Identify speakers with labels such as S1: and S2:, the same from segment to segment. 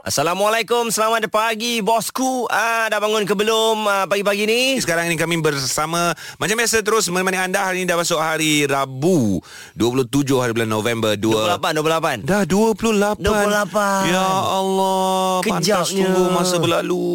S1: Assalamualaikum, selamat pagi bosku. Ah, dah bangun ke belum ah, pagi-pagi ni?
S2: Sekarang ini kami bersama Macam biasa terus menemani anda Hari ini dah masuk hari Rabu 27 hari bulan November 2
S1: 28, 28.
S2: Dah 28
S1: 28.
S2: Ya Allah Pantas
S1: Kejapnya.
S2: tunggu masa berlalu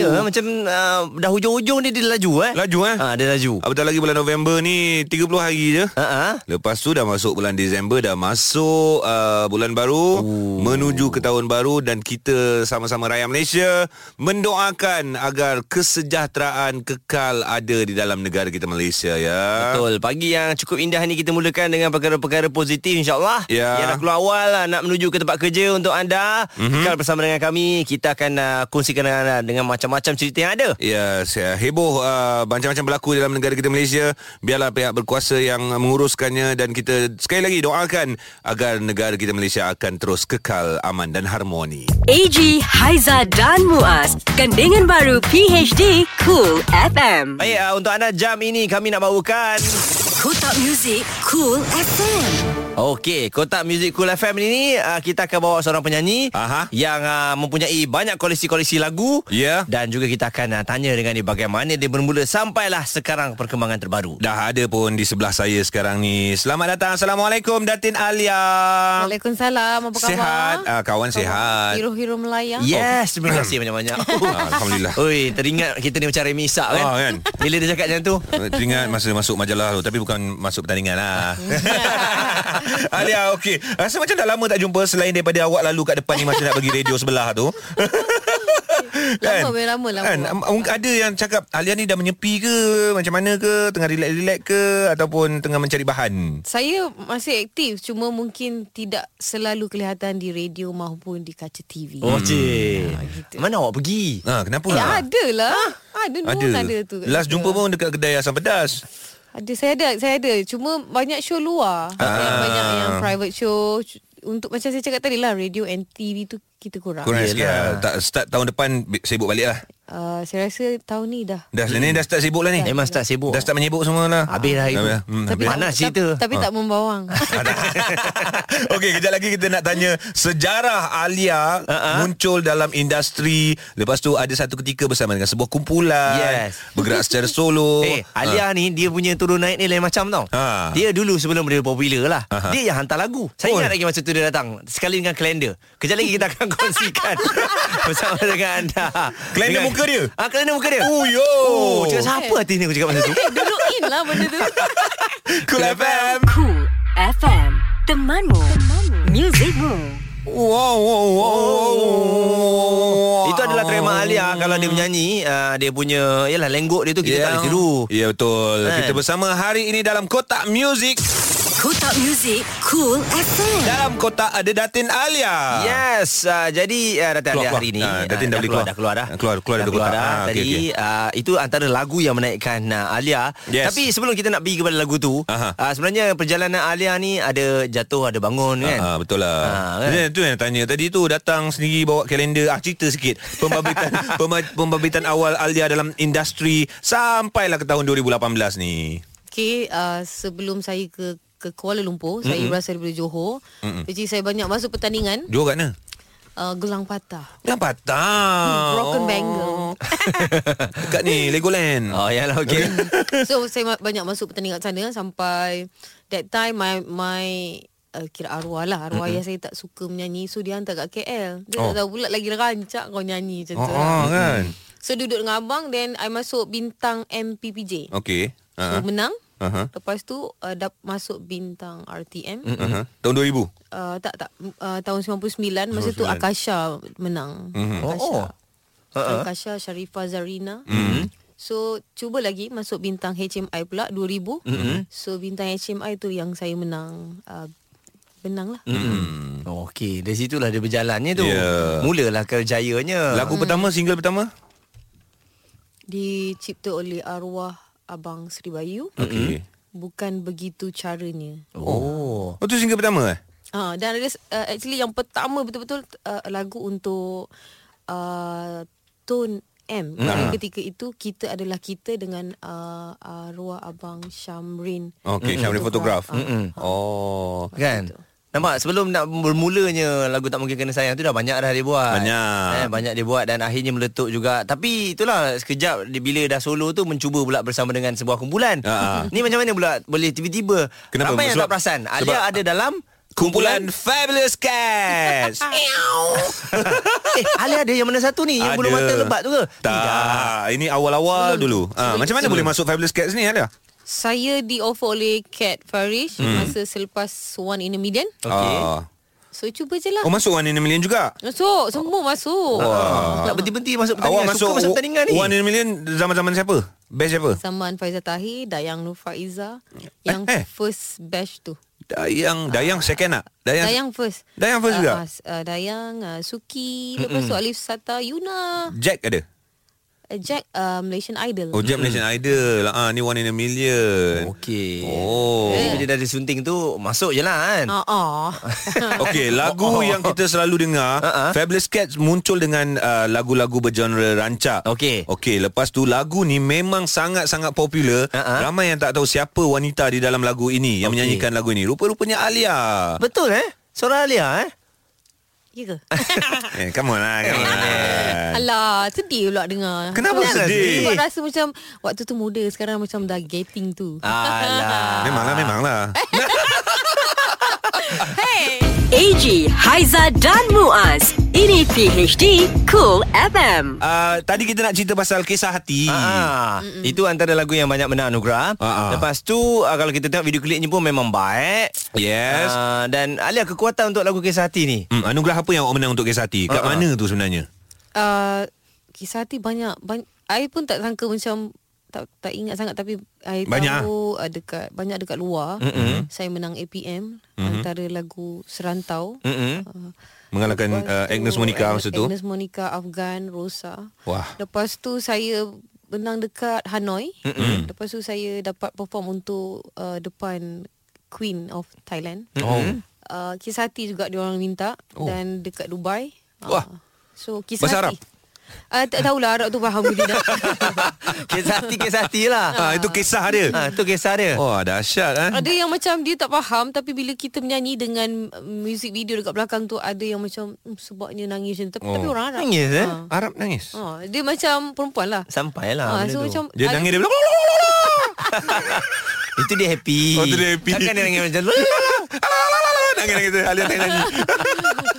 S1: Ya, macam ah, dah hujung-hujung dia, dia laju eh.
S2: Laju eh
S1: Ah, dia laju.
S2: Apatah lagi bulan November ni 30 hari je
S1: Ha ah.
S2: Lepas tu dah masuk bulan Disember Dah masuk uh, bulan baru Ooh. Menuju ke tahun baru Dan kita sama-sama rakyat Malaysia Mendoakan agar kesejahteraan kekal ada di dalam negara kita Malaysia ya
S1: Betul. Pagi yang cukup indah ni kita mulakan dengan perkara-perkara positif insyaAllah.
S2: Ya.
S1: Yang nak keluar awal ah, nak menuju ke tempat kerja untuk anda.
S2: Mhm.
S1: Mm-hmm. Kekal bersama dengan kami. Kita akan ah, kongsikan dengan anda dengan macam-macam cerita yang ada.
S2: Ya, saya heboh uh, macam-macam berlaku dalam negara kita Malaysia. Biarlah pihak berkuasa yang menguruskannya dan kita sekali lagi doakan agar negara kita Malaysia akan terus kekal aman dan harmoni.
S3: AG Haiza dan Muaz, gandingan baru PHD Cool FM.
S1: Baik, ah, untuk anda jam ini kami nak bawakan
S3: Kotak Music Cool FM.
S1: Okey, Kotak Music Cool FM ini uh, kita akan bawa seorang penyanyi
S2: Aha.
S1: yang uh, mempunyai banyak koleksi-koleksi lagu
S2: Ya.
S1: dan juga kita akan uh, tanya dengan dia bagaimana dia bermula sampailah sekarang perkembangan terbaru.
S2: Dah ada pun di sebelah saya sekarang ni. Selamat datang. Assalamualaikum Datin Alia.
S4: Waalaikumsalam Apa khabar?
S2: Sihat. Ah, kawan sihat.
S4: Hero-hero Melayu
S1: Yes, terima kasih banyak-banyak.
S2: Oh. Alhamdulillah.
S1: Oi, teringat kita ni macam Remy Isak kan?
S2: Ah, kan? Hmm.
S1: Bila dia cakap macam tu.
S2: Teringat masa masuk majalah tu Tapi bukan masuk pertandingan lah Ah, Alia okey Rasa macam dah lama tak jumpa Selain daripada awak lalu kat depan ni Masa nak pergi radio sebelah tu
S4: Lama, memang lama, lama.
S2: kan? Am- am- Ada yang cakap Alia ni dah menyepi ke Macam mana ke Tengah relax-relax ke Ataupun tengah mencari bahan
S4: Saya masih aktif Cuma mungkin Tidak selalu kelihatan Di radio maupun Di kaca TV
S1: Oh, cik.
S2: Ah,
S4: gitu.
S1: Mana awak pergi?
S2: Ha, kenapa
S4: Eh, ada lah Ada
S2: Ada.
S4: Nun ada tu kat
S2: Last
S4: situ.
S2: jumpa pun dekat kedai asam pedas
S4: Ada saya ada Saya ada Cuma banyak show luar
S2: Ah.
S4: Yang Banyak yang private show C- Untuk macam saya cakap tadi lah Radio and TV tu Kita kurang,
S2: Kurang
S1: Yelah.
S2: sikit lah. tak, Start tahun depan bi- Sibuk balik lah
S4: Uh, Saya rasa tahun ni dah
S2: Dah, ni dah start sibuk lah ni
S1: Hmm. Memang start sibuk.
S2: Dah start menyibuk semua lah
S1: Habis dah itu.
S2: Habis. Hmm,
S1: Tapi
S2: habis. Ah.
S1: mana cerita?
S4: Tapi tak membawang
S2: Okey, kejap lagi kita nak tanya sejarah Alia
S1: Uh-uh.
S2: uh-huh. muncul dalam industri. Lepas tu ada satu ketika bersama dengan sebuah kumpulan.
S1: Yes.
S2: Bergerak secara solo.
S1: Eh, Alia ni dia punya turun naik ni lain macam tau.
S2: Oh, Ha.
S1: Dia dulu sebelum dia popular lah.
S2: Aha.
S1: Dia yang hantar lagu. Saya
S2: Oh.
S1: ingat lagi masa tu dia datang. Sekali dengan kalender. Kejap lagi kita akan kongsikan bersama dengan anda.
S2: Kalender
S1: Dengan-
S2: muka dia?
S1: Ah, kalender muka dia.
S2: Ha. Oh, yo.
S1: Oh, cakap siapa artis ni aku cakap masa tu?
S4: Dulu in lah benda tu
S2: Cool FM.
S3: Cool FM. Temanmu, temanmu, muzikmu.
S2: Wow, wow, wow. wow.
S1: Oh. Itu adalah tema Alia kalau dia menyanyi, uh, dia punya yalah lenggok dia tu kita yeah. tak boleh tiru.
S2: Ya yeah, betul
S1: Kan?
S2: Kita bersama hari ini dalam Kotak Music
S3: Kotak Music Cool FM.
S2: Dalam kotak ada Datin Alia
S1: Yes, uh, jadi uh, Datin
S2: Ah.
S1: Alia
S2: Keluar, keluar.
S1: hari ni.
S2: Ah,
S1: ah,
S2: Datin dah boleh
S1: keluar.
S2: keluar.
S1: Dah keluar dah.
S2: Ah, keluar, keluar
S1: dah
S2: dari
S1: keluar
S2: kotak.
S1: dah.
S2: Ah, okey,
S1: Tadi
S2: okey.
S1: Uh, itu antara lagu yang menaikkan uh, Alia.
S2: Yes.
S1: Tapi sebelum kita nak pergi kepada lagu tu,
S2: Aha.
S1: uh, sebenarnya perjalanan Alia ni ada jatuh, ada bangun kan.
S2: Ah, ah, betul lah.
S1: Ah,
S2: Ah,
S1: kan?
S2: kan? Itu yang tanya tadi tu datang sendiri bawa kalender. Ah cerita sikit pembabitan pema- pembabitan awal Alia dalam industri sampailah ke tahun 2018 ni.
S4: Okay, uh, sebelum saya ke ke Kuala Lumpur, mm-hmm. saya berasal daripada Johor. Mm-hmm. Jadi saya banyak masuk pertandingan
S2: Johor kat mana?
S4: uh, gelang patah.
S2: Dalam patah.
S4: Hmm,
S2: Oh,
S4: Broken bangle.
S2: Dekat ni Legoland.
S1: Oh, yalah okey.
S4: so saya ma- banyak masuk pertandingan sana sampai that time my my uh, kira arwah lah arwah mm-hmm. ayah saya tak suka menyanyi so dia hantar kat KL dia
S2: Oh.
S4: oh. tak tahu pula lagi rancak kau nyanyi
S2: Oh,
S4: macam tu
S2: oh
S4: lah.
S2: kan.
S4: so duduk dengan abang then I masuk bintang MPPJ
S2: Okey.
S4: so
S2: Ha.
S4: menang
S2: Uh-huh.
S4: lepas tu uh, dap- masuk bintang RTM
S2: Uh-huh. Tahun 2000.
S4: uh, tak tak uh, tahun 99 masa tu
S2: 99.
S4: Akasha menang. Mm-hmm. Akasha.
S1: Oh, oh.
S4: Uh-uh. Akasha Sharifah Zarina. Mm-hmm. So cuba lagi masuk bintang HMI pula 2000. Mm-hmm. So bintang HMI tu yang saya menang uh, menang lah. Mm-hmm.
S1: Hmm. Okey, dari situlah dia berjalannya tu.
S2: Ya.
S1: Mulalah kerjayanya.
S2: Lagu pertama single pertama?
S4: Dicipta oleh arwah abang Sri Bayu.
S2: Okey.
S4: Bukan begitu caranya.
S1: Oh.
S2: Oh tu single pertama eh?
S4: Ha, dan ada uh, actually yang pertama betul-betul uh, lagu untuk uh, Tone FM.
S2: Hmm.
S4: Mm-hmm. Ketika itu kita adalah kita dengan uh, arwah abang Syamrin. Hmm.
S2: Okey, mm-hmm. Syamrin fotograf.
S4: Mm-hmm.
S2: Oh.
S1: Kan? Nampak sebelum nak bermulanya lagu tak mungkin kena sayang tu dah banyak dah dia buat.
S2: Banyak.
S1: Eh, banyak dia buat dan akhirnya meletup juga. Tapi itulah sekejap dia- bila dah solo tu mencuba pula bersama dengan sebuah kumpulan.
S2: Ah.
S1: Ni macam mana pula boleh tiba-tiba?
S2: Kenapa?
S1: Ramai yang
S2: Sebab-
S1: tak perasan. Alia
S2: sebab-
S1: ada dalam
S2: Kumpulan Fabulous Cats.
S1: eh, Alia ada yang mana satu ni yang bulu mata lebat tu ke? Hmm.
S2: Tak. Ini awal-awal
S4: Sebelum.
S2: dulu. Ah,
S4: Sebelum.
S2: macam mana boleh masuk Fabulous Cats ni ada?
S4: Saya di offer oleh Cat Farish hmm. masa selepas One in a Million.
S1: Okey.
S2: Ah.
S4: So cuba je lah.
S2: Oh masuk One in a Million juga.
S4: Masuk, semua masuk.
S1: Ah. Tak berhenti-berhenti masuk pertandingan.
S2: Awak masuk,
S1: Suka masuk pertandingan ni.
S2: One in a Million zaman-zaman siapa? Best siapa?
S4: Saman Faizah Tahir, Dayang Nur Faiza yang
S2: Eh, eh.
S4: eh, first batch tu.
S1: Ah.
S2: Dayang, Dayang second nak. Dayang.
S4: Dayang first.
S2: Dayang first
S4: Ah,
S2: juga?
S4: ah, s- ah, Dayang, ah, Suki, lepas tu Alif Sata, Yuna,
S2: Jack ada.
S4: ah, Jack ah, Malaysian Idol.
S2: Oh, Jack Malaysian Idol. Ah, ni One in a Million.
S1: Hmm. Okey.
S2: Oh.
S1: Jadi bila dah disunting tu masuk je lah kan.
S4: Ah, ah.
S2: Okey, lagu
S1: Oh.
S2: yang kita selalu dengar,
S1: Uh-uh.
S2: Fabulous Cats muncul dengan uh, lagu-lagu bergenre rancak.
S1: Okey.
S2: Okey, lepas tu lagu ni memang sangat-sangat popular.
S1: Uh-uh.
S2: Ramai yang tak tahu siapa wanita di dalam lagu ini yang
S1: Okey.
S2: menyanyikan lagu ini. Rupa-rupanya Alia.
S1: Betul eh? Suara Alia eh?
S4: Ya ke?
S2: eh, come on lah, come on lah.
S4: Alah, sedih pula dengar.
S2: Kenapa
S4: Sebab-
S2: sedih?
S4: Sebab rasa macam waktu tu muda, sekarang macam dah getting tu.
S2: Ah.
S1: Alah.
S2: Memanglah, memanglah.
S1: Eh.
S4: Hey!
S3: AG, Haiza dan Muaz. Ini PHD Cool FM.
S2: Uh, tadi kita nak cerita pasal kisah hati.
S1: Ah, itu antara lagu yang banyak menang anugerah.
S2: Ah, ah.
S1: Lepas tu ah, kalau kita tengok video klipnya pun memang baik.
S2: Yes.
S1: Ah, dan Alia kekuatan untuk lagu Kisah Hati ni.
S2: Hmm, anugerah apa yang awak menang untuk kisah hati? Kat
S1: Uh-uh.
S2: mana tu sebenarnya?
S4: Uh, kisah hati banyak, banyak. I pun tak sangka macam tak tak ingat sangat tapi I
S2: Banyak,
S4: tahu uh, dekat banyak dekat luar. Mm-hmm. Saya menang APM mm-hmm. antara lagu Serantau.
S1: Mm-mm.
S4: Uh,
S2: Mengalahkan
S4: lepas
S2: uh,
S4: tu,
S2: Agnes Monica masa tu.
S4: Agnes Monica, Afgan, Rosa.
S2: Wah.
S4: Lepas tu saya menang dekat Hanoi. Mm-hmm. Lepas tu saya dapat perform untuk uh, depan Queen of Thailand.
S2: Oh.
S4: Uh, kisah hati juga diorang minta
S2: Oh.
S4: oh. dan dekat Dubai.
S2: Wah.
S4: Uh, so kisah
S2: Bahasa
S4: hati. Uh, tak tahulah Arab tu faham ke tidak.
S1: Kisah Hati Kisah Hati lah.
S2: Ah, itu kisah dia.
S1: Ah, tu kisah dia.
S2: Wah, dahsyat eh.
S4: ada yang macam dia tak faham tapi bila kita menyanyi dengan uh, music video dekat belakang tu ada yang macam hmm, sebabnya nangis macam tu. Tapi,
S2: Oh.
S4: oh. tapi orang Arab.
S1: Nangis eh?
S4: Ah.
S2: Arab nangis.
S4: Ah, dia macam perempuan lah.
S1: Sampai
S4: Ah,
S1: lah benda
S4: so
S1: tu.
S4: macam
S2: Dia
S4: ada-
S2: nangis dia bilang
S1: Itu dia happy.
S2: Oh, tu dia happy.
S1: Takkan dia nangis macam
S2: Ah, nangis nangis Alia tak nangis.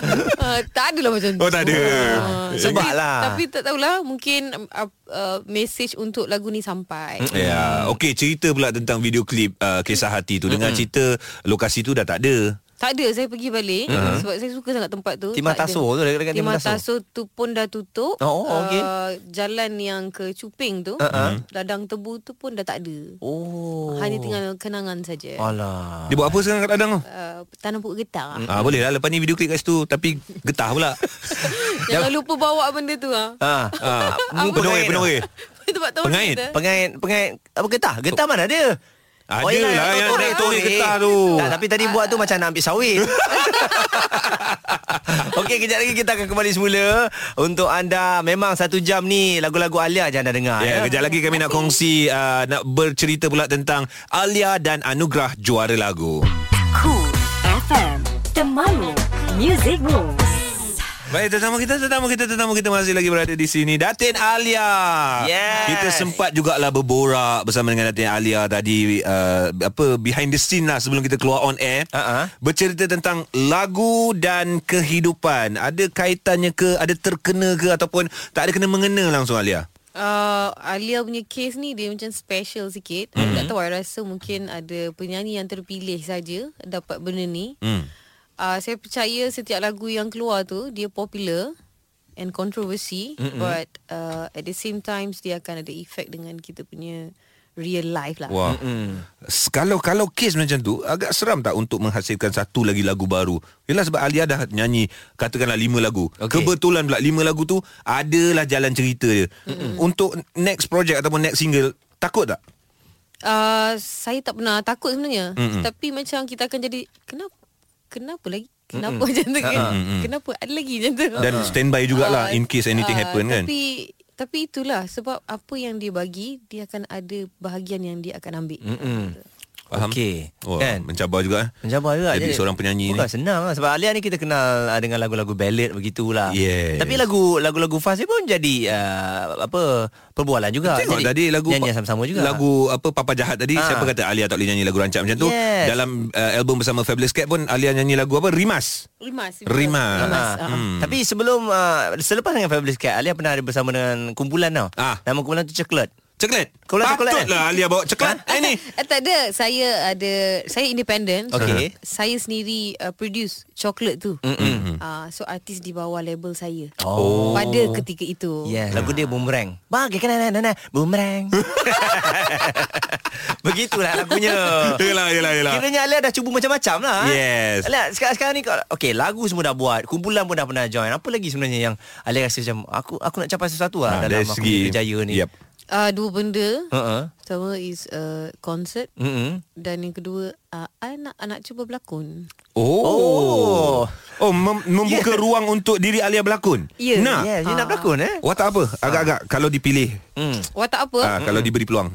S4: uh, tak adalah macam tu.
S2: Oh, tak ada.
S4: Ah,
S1: Eh, Sebab
S4: tapi-
S1: lah.
S4: Tapi tak tahulah mungkin uh, uh, message untuk lagu ni sampai.
S1: Hmm.
S2: Ya, yeah. okey cerita pula tentang video klip uh, kisah hati tu. Dengar cerita lokasi tu dah tak ada.
S4: Tak ada saya pergi balik uh-huh. sebab saya suka sangat tempat tu.
S1: Hmm. Timah
S4: Tak ada.
S1: Tasor tu, dekat- dekat Timah
S4: Timah
S1: Tasor.
S4: Tasor tu pun dah tutup.
S1: Oh, okey.
S4: Uh, jalan yang ke Cuping tu,
S1: Ah, ah.
S4: uh-huh. ladang tebu tu pun dah tak ada.
S1: Oh. Ah.
S4: Hanya tinggal kenangan saja.
S1: Alah.
S2: Dia buat apa sekarang kat ladang tu?
S4: Uh, tanam pokok getah.
S1: Hmm.
S2: Ah boleh lah lepas ni video klip kat situ tapi getah pula.
S4: Jangan lupa bawa benda tu ah.
S1: Ah.
S2: Ah,
S1: Apa
S2: penuh
S1: pengait
S2: penuh.
S4: Tempat tahu
S2: Pengait.
S4: kita.
S1: Pengait pengait apa getah? Getah mana dia? Oh,
S2: Ada lah, yang naik torek getah tu.
S1: Tak, tapi tadi buat tu macam nak ambil sawit. Okey, kejap lagi kita akan kembali semula. Untuk anda, memang satu jam ni lagu-lagu Alia je anda dengar.
S2: Ya, yeah, kejap lagi kami nak kongsi uh, nak bercerita pula tentang Alia dan Anugerah juara lagu.
S3: Cool FM. Temanmu. Music Rules.
S2: Baik, tetamu kita, tetamu kita, tetamu kita masih lagi berada di sini. Datin Alia.
S1: Yes.
S2: Kita sempat jugalah berborak bersama dengan Datin Alia tadi uh, apa behind the scene lah sebelum kita keluar on air.
S1: Ha-ha.
S2: Bercerita tentang lagu dan kehidupan. Ada kaitannya ke, ada terkena ke ataupun tak ada kena mengena langsung Alia?
S4: Uh, Alia punya case ni dia macam special sikit.
S2: Hmm.
S4: Mm-hmm. Tak tahu I rasa mungkin ada penyanyi yang terpilih saja dapat benda ni.
S2: Hmm.
S4: Uh, saya percaya setiap lagu yang keluar tu dia popular and controversy mm-hmm. but uh, at the same times dia akan ada efek dengan kita punya real life lah.
S2: Wah. S- Kalau kalau kes macam tu agak seram tak untuk menghasilkan satu lagi lagu baru. Yalah sebab Alia dah nyanyi katakanlah lima lagu.
S1: Okey.
S2: Kebetulan pula lima lagu tu adalah jalan cerita dia. Mm-mm. Untuk next project ataupun next single takut tak?
S4: Uh, saya tak pernah takut sebenarnya. Mm-hmm. Tapi macam kita akan jadi kenapa kenapa lagi kenapa
S1: Ah.
S4: mm-hmm. macam tu kan? Kenapa ada lagi macam tu?
S2: Dan standby jugalah
S4: Ah,
S2: in case anything
S4: ah,
S2: happen kan.
S4: Tapi Tapi itulah sebab apa yang dia bagi, dia akan ada bahagian yang dia akan ambil. Mm-mm.
S1: Hmm.
S2: Faham?
S1: Okey.
S2: Wah,
S1: Kan?
S2: Mencabar juga eh.
S1: Mencabar juga
S2: Jadi seorang penyanyi ni.
S1: Bukan senang lah Sebab Alia ni kita kenal ah, Dengan lagu-lagu ballad Begitulah
S2: Yes.
S1: Tapi lagu Lagu-lagu fast ni pun jadi ah, Apa Perbualan juga
S2: Tengok
S1: jadi,
S2: tadi lagu
S1: Nyanyian sama-sama juga
S2: Lagu apa Papa Jahat tadi
S1: Ha.
S2: ha. Siapa kata Alia tak boleh nyanyi lagu rancak macam tu
S1: Yes.
S2: Dalam uh, album bersama Fabulous Cat pun Alia nyanyi lagu apa Rimas
S4: Rimas.
S2: Rimas.
S4: Rimas.
S1: Ah,
S4: ah.
S1: hmm. Tapi sebelum uh, Selepas dengan Fabulous Cat Alia pernah ada bersama dengan Kumpulan tau
S2: Ah.
S1: Nama kumpulan tu Coklat
S2: Coklat
S1: Kau ulang coklat,
S2: Patutlah Alia bawa coklat Eh ni
S4: Ah, tak ada. Saya ada saya independent.
S1: Okey.
S4: So, saya sendiri uh, produce coklat tu. Uh, so artis di bawah label saya.
S1: Oh.
S4: Pada ketika
S2: Oh.
S4: itu.
S1: Yeah,
S2: Ah.
S1: lagu dia Boomerang kan, Bagi kena nana nana Boomerang Begitulah lagunya
S2: Yelah yelah yelah
S1: Kiranya Alia dah cuba macam-macam lah eh.
S2: Yes.
S1: Alia sekarang, sekarang ni kau, Okay lagu semua dah buat Kumpulan pun dah pernah join Apa lagi sebenarnya yang Alia rasa macam Aku aku nak capai sesuatu lah
S2: Ah,
S1: Dalam
S2: dari
S1: aku
S2: segi-
S1: punya berjaya ni
S2: Yep.
S4: Uh, dua benda.
S1: Uh-uh.
S4: Pertama is uh, concert
S1: Mm-mm.
S4: dan yang kedua uh, anak anak cuba berlakon.
S2: Oh
S1: Oh.
S2: Oh, oh mem- Membuka yeah. ruang untuk diri Alia berlakon
S4: Ya.
S2: Nah
S1: Yeah, you nak
S4: Ah.
S1: berlakon eh
S2: Watak apa Agak-agak Kalau dipilih
S1: Hmm.
S4: Watak apa?
S2: ah, Kalau diberi peluang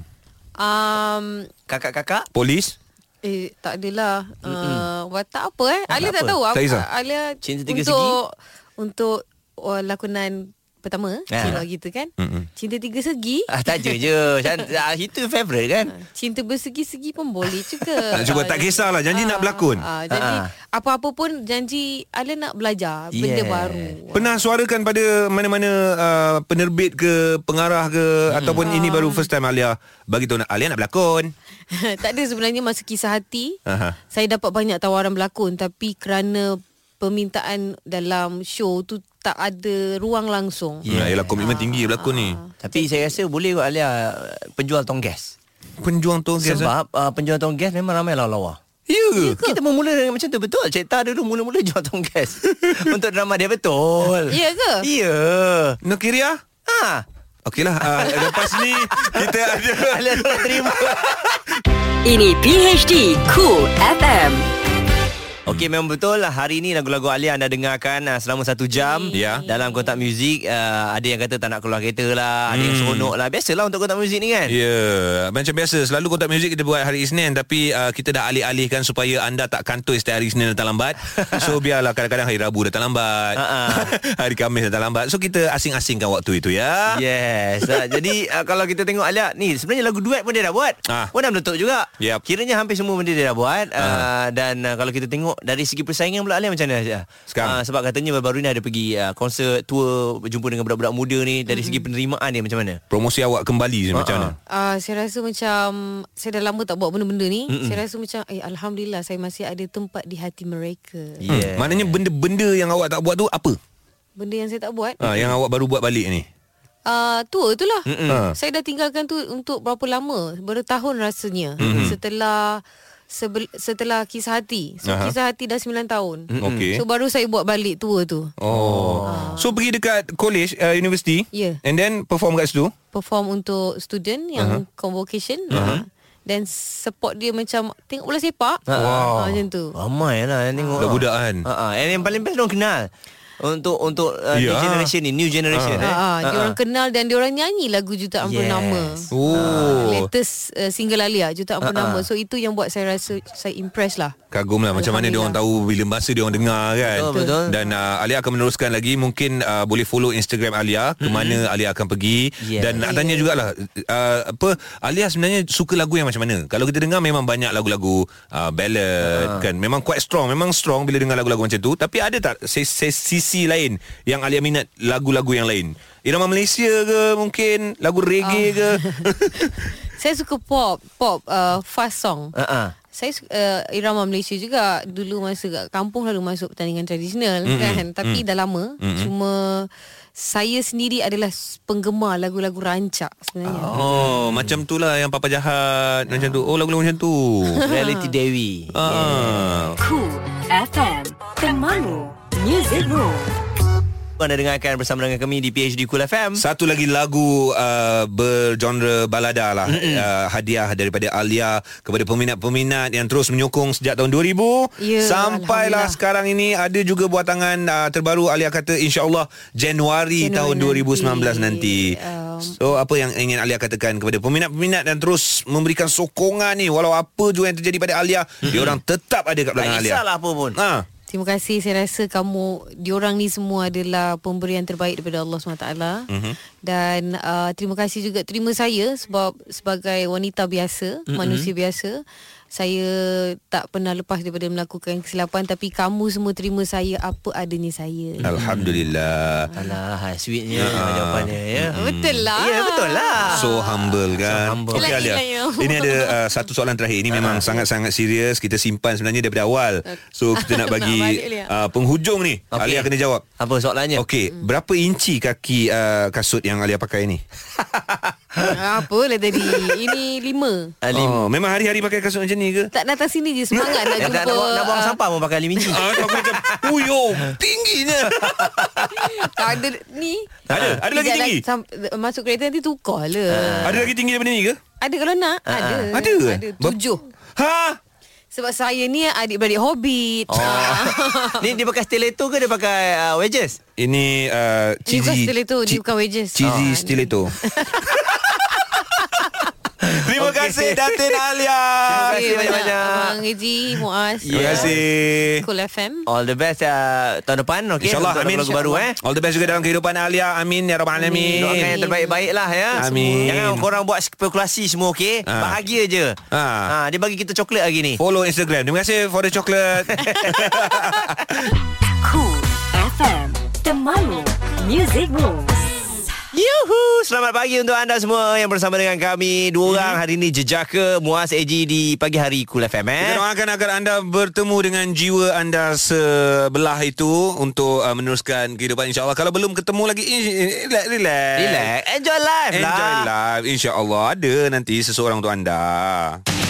S4: Um,
S1: Kakak-kakak
S2: Polis
S4: eh tak adalah uh, watak apa eh? Alia tak
S1: apa?
S4: tahu
S2: Tak kisah.
S4: Alia
S1: Cinta tiga
S4: untuk untuk uh, lakonan pertama
S1: Ah.
S4: Kalau gitu kan. Cinta tiga segi.
S1: Ah, tak ada je Macam- ah, Itu favourite kan
S4: Cinta bersegi-segi pun boleh juga.
S2: Nak cuba,
S4: Ah,
S2: tak
S4: jadi-
S2: kisahlah. Janji
S4: Ah,
S2: nak berlakon.
S4: ah, Janji
S1: Ah.
S4: apa-apa pun janji Ala nak belajar benda
S1: Yeah.
S4: baru.
S2: Pernah suarakan pada mana-mana uh, penerbit ke pengarah ke hmm. ataupun ini baru first time Alia bagi tahu nak Alia nak berlakon.
S4: tak ada sebenarnya masa kisah hati.
S2: Aha.
S4: Saya dapat banyak tawaran berlakon tapi kerana permintaan dalam show tu tak ada ruang langsung.
S2: Yeah. Nah, yalah komitmen tinggi berlakon ni.
S1: Tapi saya rasa boleh kot Alia Penjual tong gas
S2: Penjuang tu guys. eh?
S1: Sebab uh, penjual tong gas memang ramai lawa-lawa
S2: Ya.
S1: Kita bermula dengan macam tu Betul Cik Ta dulu mula-mula jual tong gas Untuk drama dia betul
S4: Ya ke?
S1: Ya
S2: Nokiria?
S1: Ha
S2: ah? Okeylah uh, lepas ni kita ada
S1: Alia tak nak terima
S3: Ini PHD Cool FM.
S1: Okey memang betul lah Hari ni lagu-lagu Alia anda dengarkan ah, Selama satu jam
S2: Ya.
S1: Dalam kotak muzik uh, Ada yang kata tak nak keluar kereta lah Ada yang
S2: Hmm.
S1: seronok lah Biasalah untuk kotak muzik ni kan
S2: Ya, yeah, macam biasa selalu kotak muzik kita buat hari Isnin tapi uh, kita dah alih-alihkan supaya anda tak kantoi setiap hari Isnin datang lambat. So biarlah kadang-kadang hari Rabu datang lambat.
S1: Ha, ha.
S2: hari Khamis datang lambat. So kita asing-asingkan waktu itu ya.
S1: Yes Ah, Jadi uh, kalau kita tengok Alia Ni sebenarnya lagu duet pun dia dah buat
S2: Ah.
S1: Pun dah meletup juga
S2: Yep. Ah.
S1: Kiranya hampir semua benda dia dah buat uh, Dan uh, kalau kita tengok Dari segi persaingan pula Alia macam mana Alia?
S2: Sekarang?
S1: Ah, Sebab katanya baru-baru ni ada pergi uh, Konsert, tour Berjumpa dengan budak-budak muda ni Dari segi penerimaan dia macam mana
S2: Promosi awak kembali uh-uh.
S1: Ha,
S2: macam
S1: ha.
S2: mana?
S4: Uh, saya rasa macam saya dah lama tak buat benda-benda ni. Mm-mm. Saya rasa macam eh alhamdulillah saya masih ada tempat di hati mereka.
S2: Hmm.
S1: Yeah.
S2: Maknanya benda-benda yang awak tak buat tu apa?
S4: Benda yang saya tak buat.
S2: Ha, yang awak baru buat balik ni.
S4: Uh, tua itulah.
S2: Ah.
S4: Mm-mm. Saya dah tinggalkan tu untuk berapa lama? Bertahun rasanya. Mm-hmm. Setelah sebel, setelah kisah hati. So
S2: Aha.
S4: Aha. kisah hati dah 9 tahun.
S2: Okey.
S4: So baru saya buat balik tua tu.
S2: Oh.
S1: Ah.
S2: So pergi dekat college, uh, university.
S4: Ya.
S2: And then perform kat situ.
S4: Perform untuk student yang uh-huh. convocation. Uh-huh. Dan support dia macam tengok bola sepak.
S1: Wow.
S4: Ah, macam tu.
S1: Ramai lah yang tengok
S2: Budak-budak kan.
S1: ha, ha. And yang paling best Diorang kenal Untuk untuk uh,
S2: Ya.
S1: yeah. generation ni New generation eh.
S4: Ah, ah,
S1: Ha,
S4: dia orang
S1: ha.
S4: kenal dan dia orang nyanyi lagu Jutaan
S1: Yes.
S4: Purnama.
S1: Ah,
S2: Oh.
S4: Latest uh, single Alia Jutaan Purnama. So itu yang buat saya rasa saya impress lah.
S2: Kagum lah macam mana dia orang tahu bila masa dia orang dengar kan.
S1: Betul, betul.
S2: Dan uh, Alia akan meneruskan lagi mungkin uh, boleh follow Instagram Alia ke mana Alia akan pergi
S1: Mm-hmm. Yes.
S2: dan nak tanya jugalah uh, apa Alia sebenarnya suka lagu yang macam mana? Kalau kita dengar memang banyak lagu-lagu
S1: Ah.
S2: uh, ballad kan. Memang quite strong, memang strong bila dengar lagu-lagu macam tu tapi ada tak se- se- sisi lain yang Alia minat lagu-lagu yang lain? Irama Malaysia ke mungkin
S1: Oh.
S2: lagu reggae ke?
S4: Saya suka pop, pop uh, fast song.
S1: Ha, ha.
S4: Saya suka, uh, irama Malaysia juga dulu masa kat kampung lalu masuk pertandingan tradisional mm-hmm. kan tapi mm. dah lama mm-hmm. cuma saya sendiri adalah s- penggemar lagu-lagu rancak sebenarnya.
S2: Oh, macam tu lah yang Papa Jahat macam tu. Oh, lagu-lagu macam tu.
S1: Reality Dewi
S2: Ah.
S3: Cool FM. Temanmu. Music Room.
S1: Anda dengarkan bersama dengan kami di PHD Cool FM.
S2: Satu lagi lagu uh, bergenre balada lah uh, hadiah daripada Alia kepada peminat-peminat yang terus menyokong sejak tahun 2000
S4: Ya,
S2: sampailah
S4: Alhamdulillah.
S2: sekarang ini ada juga buatangan uh, terbaru Alia kata insyaallah Januari,
S4: Januari
S2: tahun 2019
S4: nanti.
S2: nanti.
S4: Um,
S2: so apa yang ingin Alia katakan kepada peminat-peminat yang terus memberikan sokongan ni walau apa juga yang terjadi pada Alia dia orang tetap ada kat belakang
S1: Tak
S2: Alia.
S1: kisahlah apa pun.
S2: Ha.
S4: Terima kasih Saya rasa kamu Diorang ni semua adalah Pemberian terbaik daripada Allah SWT
S1: Mhm.
S4: mm-hmm. Dan uh, Terima kasih juga Terima saya Sebab Sebagai wanita
S1: Mhm.
S4: biasa mm-hmm. Manusia biasa Saya Tak pernah lepas Daripada melakukan kesilapan Tapi kamu semua terima saya Apa adanya saya
S2: Alhamdulillah.
S1: Alah, sweetnya jawapannya ya.
S4: Betul lah
S1: Ya, betul lah.
S2: Ha. Hmm, So humble kan
S1: So humble.
S2: Okey
S4: Yelah,
S2: Alia
S4: yelah, you.
S2: Ini ada uh, satu soalan terakhir Ini memang sangat-sangat serius Kita simpan sebenarnya daripada awal So kita nak
S4: Nak
S2: bagi
S4: balik, Lia.
S2: uh, Penghujung ni
S1: Okey.
S2: Alia kena jawab
S1: Apa soalannya?
S2: Okey Berapa inci kaki uh, kasut yang Alia pakai ni?
S4: Apalah tadi Ini lima
S1: Alim.
S2: Oh, memang hari-hari pakai kasut macam ni ke?
S4: Tak datang sini je Semangat nak
S1: Yang tak nak
S4: jumpa
S1: buang, nak buang
S4: ah,
S1: sampah pun pakai limiji.
S2: Ah, aku macam Uyo Tingginya
S4: Tak ada uh, Ni
S2: Ada Ada lagi
S4: Sekejap
S2: tinggi
S4: sam, Masuk kereta nanti tukar
S1: Ah.
S4: lah
S2: Ada lagi tinggi daripada ni ke?
S4: Ada kalau nak uh, Ada
S2: Ah, Ada ke?
S4: Ada
S2: Ber-
S4: tujuh
S2: Ha?
S4: Sebab saya ni adik-beradik hobbit
S1: Oh.
S4: Ah.
S1: ni dia pakai stiletto ke dia pakai uh, wedges?
S2: Ini uh,
S4: Ni bukan
S2: cheesy
S4: stiletto Ni
S2: chi-
S4: bukan wedges
S2: Cheesy
S4: Ah, ni-
S2: stiletto Terima
S1: Okey.
S2: kasih Datin Alia
S1: Terima
S4: Terima
S1: kasih
S4: kasih banyak
S1: banyak-banyak.
S4: Abang Eji Muaz Ya.
S2: Terima kasih Oh.
S4: Cool FM
S1: All the best uh, tahun depan okay?
S2: InsyaAllah
S1: Untuk
S2: Amin
S1: lagu baru eh.
S2: All the best juga dalam kehidupan Alia Amin Ya Rabbal Alamin
S1: Doakan yang terbaik-baik lah ya
S2: Amin.
S1: Jangan korang buat spekulasi semua okey
S2: Ah.
S1: Bahagia je
S2: Ah.
S1: ha, Dia bagi kita coklat hari ni
S2: Follow Instagram Terima kasih for the chocolate
S3: Cool FM Temanmu Music Rules
S1: Yuhu Selamat pagi untuk anda semua Yang bersama dengan kami Dua
S2: Mhm.
S1: orang hari ni Jejaka Muaz Eji di pagi hari Cool FM eh.
S2: Kita doakan agar anda bertemu dengan jiwa anda sebelah itu Untuk uh, meneruskan kehidupan insyaAllah Kalau belum ketemu lagi insya- Relax Relax,
S1: Relax Enjoy life lah
S2: Enjoy life InsyaAllah ada nanti seseorang untuk anda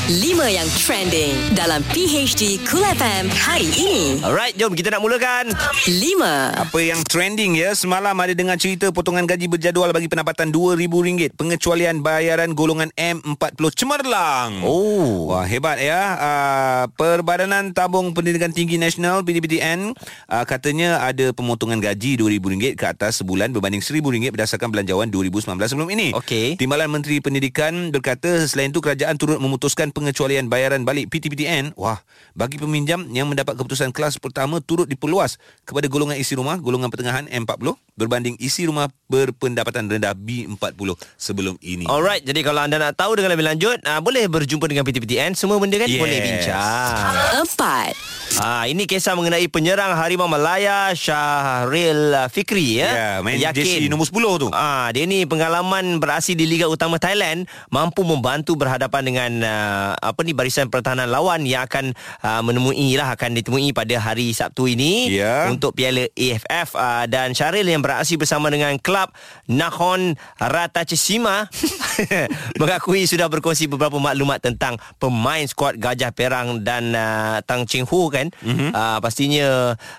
S3: 5 yang trending dalam PHD Cool FM hari ini.
S1: Alright jom kita nak mulakan
S3: 5.
S2: Apa yang trending ya Semalam ada dengar cerita Potongan gaji berjadual bagi pendapatan RM2,000 Pengecualian bayaran golongan M40 Cemerlang
S1: Oh
S2: Wah hebat ya uh, Perbadanan Tabung Pendidikan Tinggi Nasional PDPTN uh, Katanya ada pemotongan gaji RM2,000 ke atas sebulan Berbanding RM1,000 berdasarkan belanjawan 2019 sebelum ini
S1: Okey.
S2: Timbalan Menteri Pendidikan berkata Selain itu kerajaan turut memutuskan pengecualian bayaran balik PTPTN Wah Bagi peminjam yang mendapat keputusan kelas pertama Turut diperluas kepada golongan isi rumah Golongan pertengahan M40 Berbanding isi rumah berpendapatan rendah B40 sebelum ini
S1: Alright, jadi kalau anda nak tahu dengan lebih lanjut, uh, boleh berjumpa dengan PTPTN. Semua benda kan
S2: Yes.
S1: boleh bincang.
S3: 4.
S1: Ah, ini kisah mengenai penyerang Harimau Malaya Syahril Fikri ya.
S2: Ya, main JC nombor 10 tu.
S1: Ah, dia ni pengalaman berasih di Liga Utama Thailand, mampu membantu berhadapan dengan uh, apa ni barisan pertahanan lawan yang akan uh, menemui lah akan ditemui pada hari Sabtu ini
S2: Ya.
S1: untuk Piala AFF uh, dan Syahril yang berasih bersama dengan klub Nakhon Ratchasima mengakui sudah berkongsi beberapa maklumat tentang pemain skuad Gajah Perang dan uh, Tang Cheng Ho kan
S2: Mhm.
S1: mm-hmm. uh, pastinya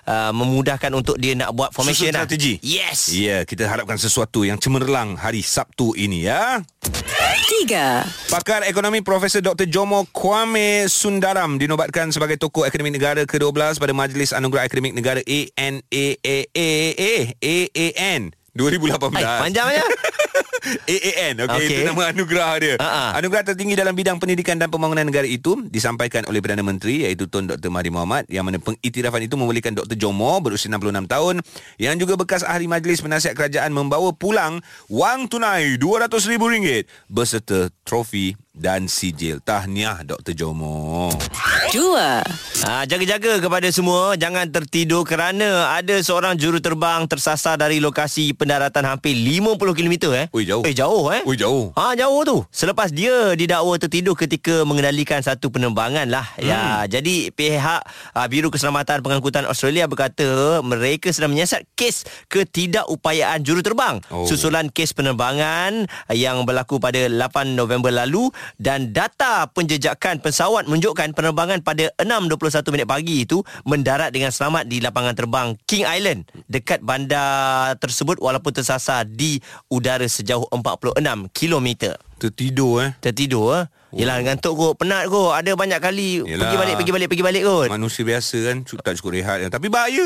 S1: uh, memudahkan untuk dia nak buat formation
S2: Susun strategi.
S1: Lah. Yes. Yeah.
S2: Ya, yeah, kita harapkan sesuatu yang cemerlang hari Sabtu ini ya.
S3: 3.
S2: Pakar ekonomi Profesor Dr. Jomo Kwame Sundaram dinobatkan sebagai tokoh akademik negara ke-12 pada Majlis Anugerah Akademik Negara E ANAAAA AAN 2018.
S1: Hai, panjangnya.
S2: AAN Okey okay.
S1: Okey.
S2: itu nama anugerah dia
S1: Ha-ha.
S2: Anugerah tertinggi dalam bidang pendidikan dan pembangunan negara itu Disampaikan oleh Perdana Menteri iaitu Tun Dr. Mahathir Mohamad Yang mana pengiktirafan itu membolehkan Dr. Jomo berusia 66 tahun Yang juga bekas ahli majlis penasihat kerajaan Membawa pulang wang tunai RM200,000 Berserta trofi dan sijil Tahniah Dr. Jomo
S3: 2.
S1: Ha, jaga-jaga kepada semua Jangan tertidur kerana Ada seorang juruterbang Tersasar dari lokasi pendaratan Hampir 50 km eh
S2: Ui, jauh.
S1: Eh jauh eh
S2: Ui, jauh.
S1: Ha jauh tu Selepas dia didakwa tertidur Ketika mengendalikan satu penerbangan lah hmm. Ya Jadi pihak uh, Biro Keselamatan Pengangkutan Australia berkata Mereka sedang menyiasat kes Ketidakupayaan juruterbang
S2: Oh.
S1: Susulan kes penerbangan Yang berlaku pada 8 November lalu dan data penjejakan pesawat menunjukkan penerbangan pada 6.21 minit pagi itu mendarat dengan selamat di lapangan terbang King Island dekat bandar tersebut walaupun tersasar di udara sejauh 46 kilometer.
S2: Tertidur eh
S1: Tertidur eh. Yelah ngantuk kot Penat kot Ada banyak kali
S2: Yelah.
S1: Pergi balik Pergi balik Pergi balik kot
S2: Manusia biasa kan cu- Tak cukup rehat kan. Tapi bahaya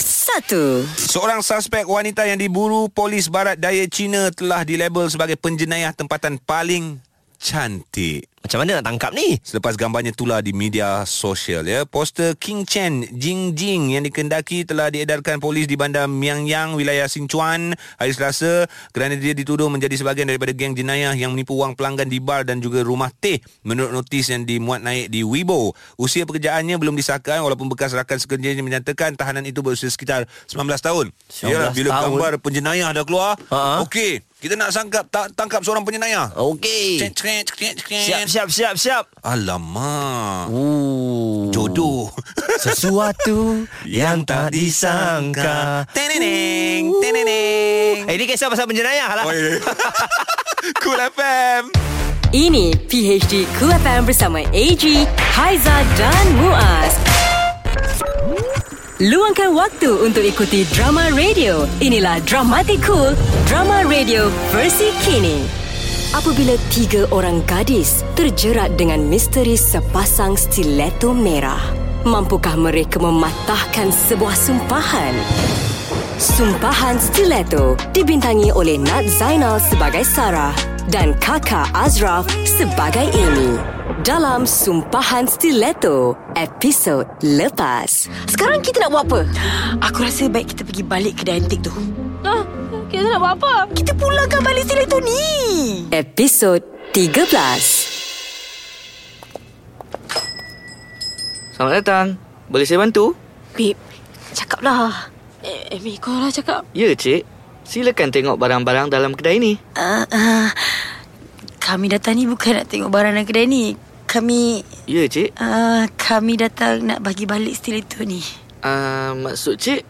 S3: Satu.
S2: Seorang suspek wanita yang diburu polis barat daya China telah dilabel sebagai penjenayah tempatan paling cantik.
S1: Macam mana nak tangkap ni
S2: Selepas gambarnya tular di media sosial ya, poster King Chen Jing Jing yang dikendaki telah diedarkan polis di bandar Mianyang, wilayah Sichuan hari Selasa kerana dia dituduh menjadi sebahagian daripada geng jenayah yang menipu wang pelanggan di bar dan juga rumah teh menurut notis yang dimuat naik di Weibo. Usia pekerjaannya belum disahkan walaupun bekas rakan sekerjanya menyatakan tahanan itu berusia sekitar 19 tahun.
S1: 19
S2: Yalah, bila
S1: tahun.
S2: gambar penjenayah dah keluar,
S1: Ha-ha.
S2: okey, kita nak sangkap tak, tangkap seorang penjenayah.
S1: Okey
S2: Cek, cek, cek, cek.
S1: Siap siap siap siap
S2: Alamak.
S1: Ooh.
S2: Jodoh
S1: Sesuatu Yang tak disangka
S2: Teneneng Teneneng
S1: Eh, Ini kisah pasal penjenayah lah
S2: Oh, ya. Cool FM
S3: Ini PHD Cool FM bersama AG, Haiza dan Muaz. Luangkan waktu untuk ikuti drama radio. Inilah Dramatik Cool, drama radio versi kini. Apabila tiga orang gadis terjerat dengan misteri sepasang stiletto merah, mampukah mereka mematahkan sebuah sumpahan? Sumpahan Stiletto dibintangi oleh Nat Zainal sebagai Sarah dan kakak Azraf sebagai Amy. Dalam Sumpahan Stiletto, episod lepas.
S5: Sekarang kita nak buat apa? Aku rasa baik kita pergi balik kedai antik tu.
S6: Ah, kita nak buat apa?
S5: Kita pulangkan balik silai tu ni.
S3: Episod 13.
S7: Selamat datang. Boleh saya bantu?
S6: Babe, cakaplah. Eh, Amy, kau lah cakap.
S7: Ya, cik. Silakan tengok barang-barang dalam kedai ini.
S5: Uh, uh, kami datang ni bukan nak tengok barang dalam kedai ni. Kami
S7: Ya, cik.
S5: uh, kami datang nak bagi balik silai tu ni.
S7: Uh, maksud cik,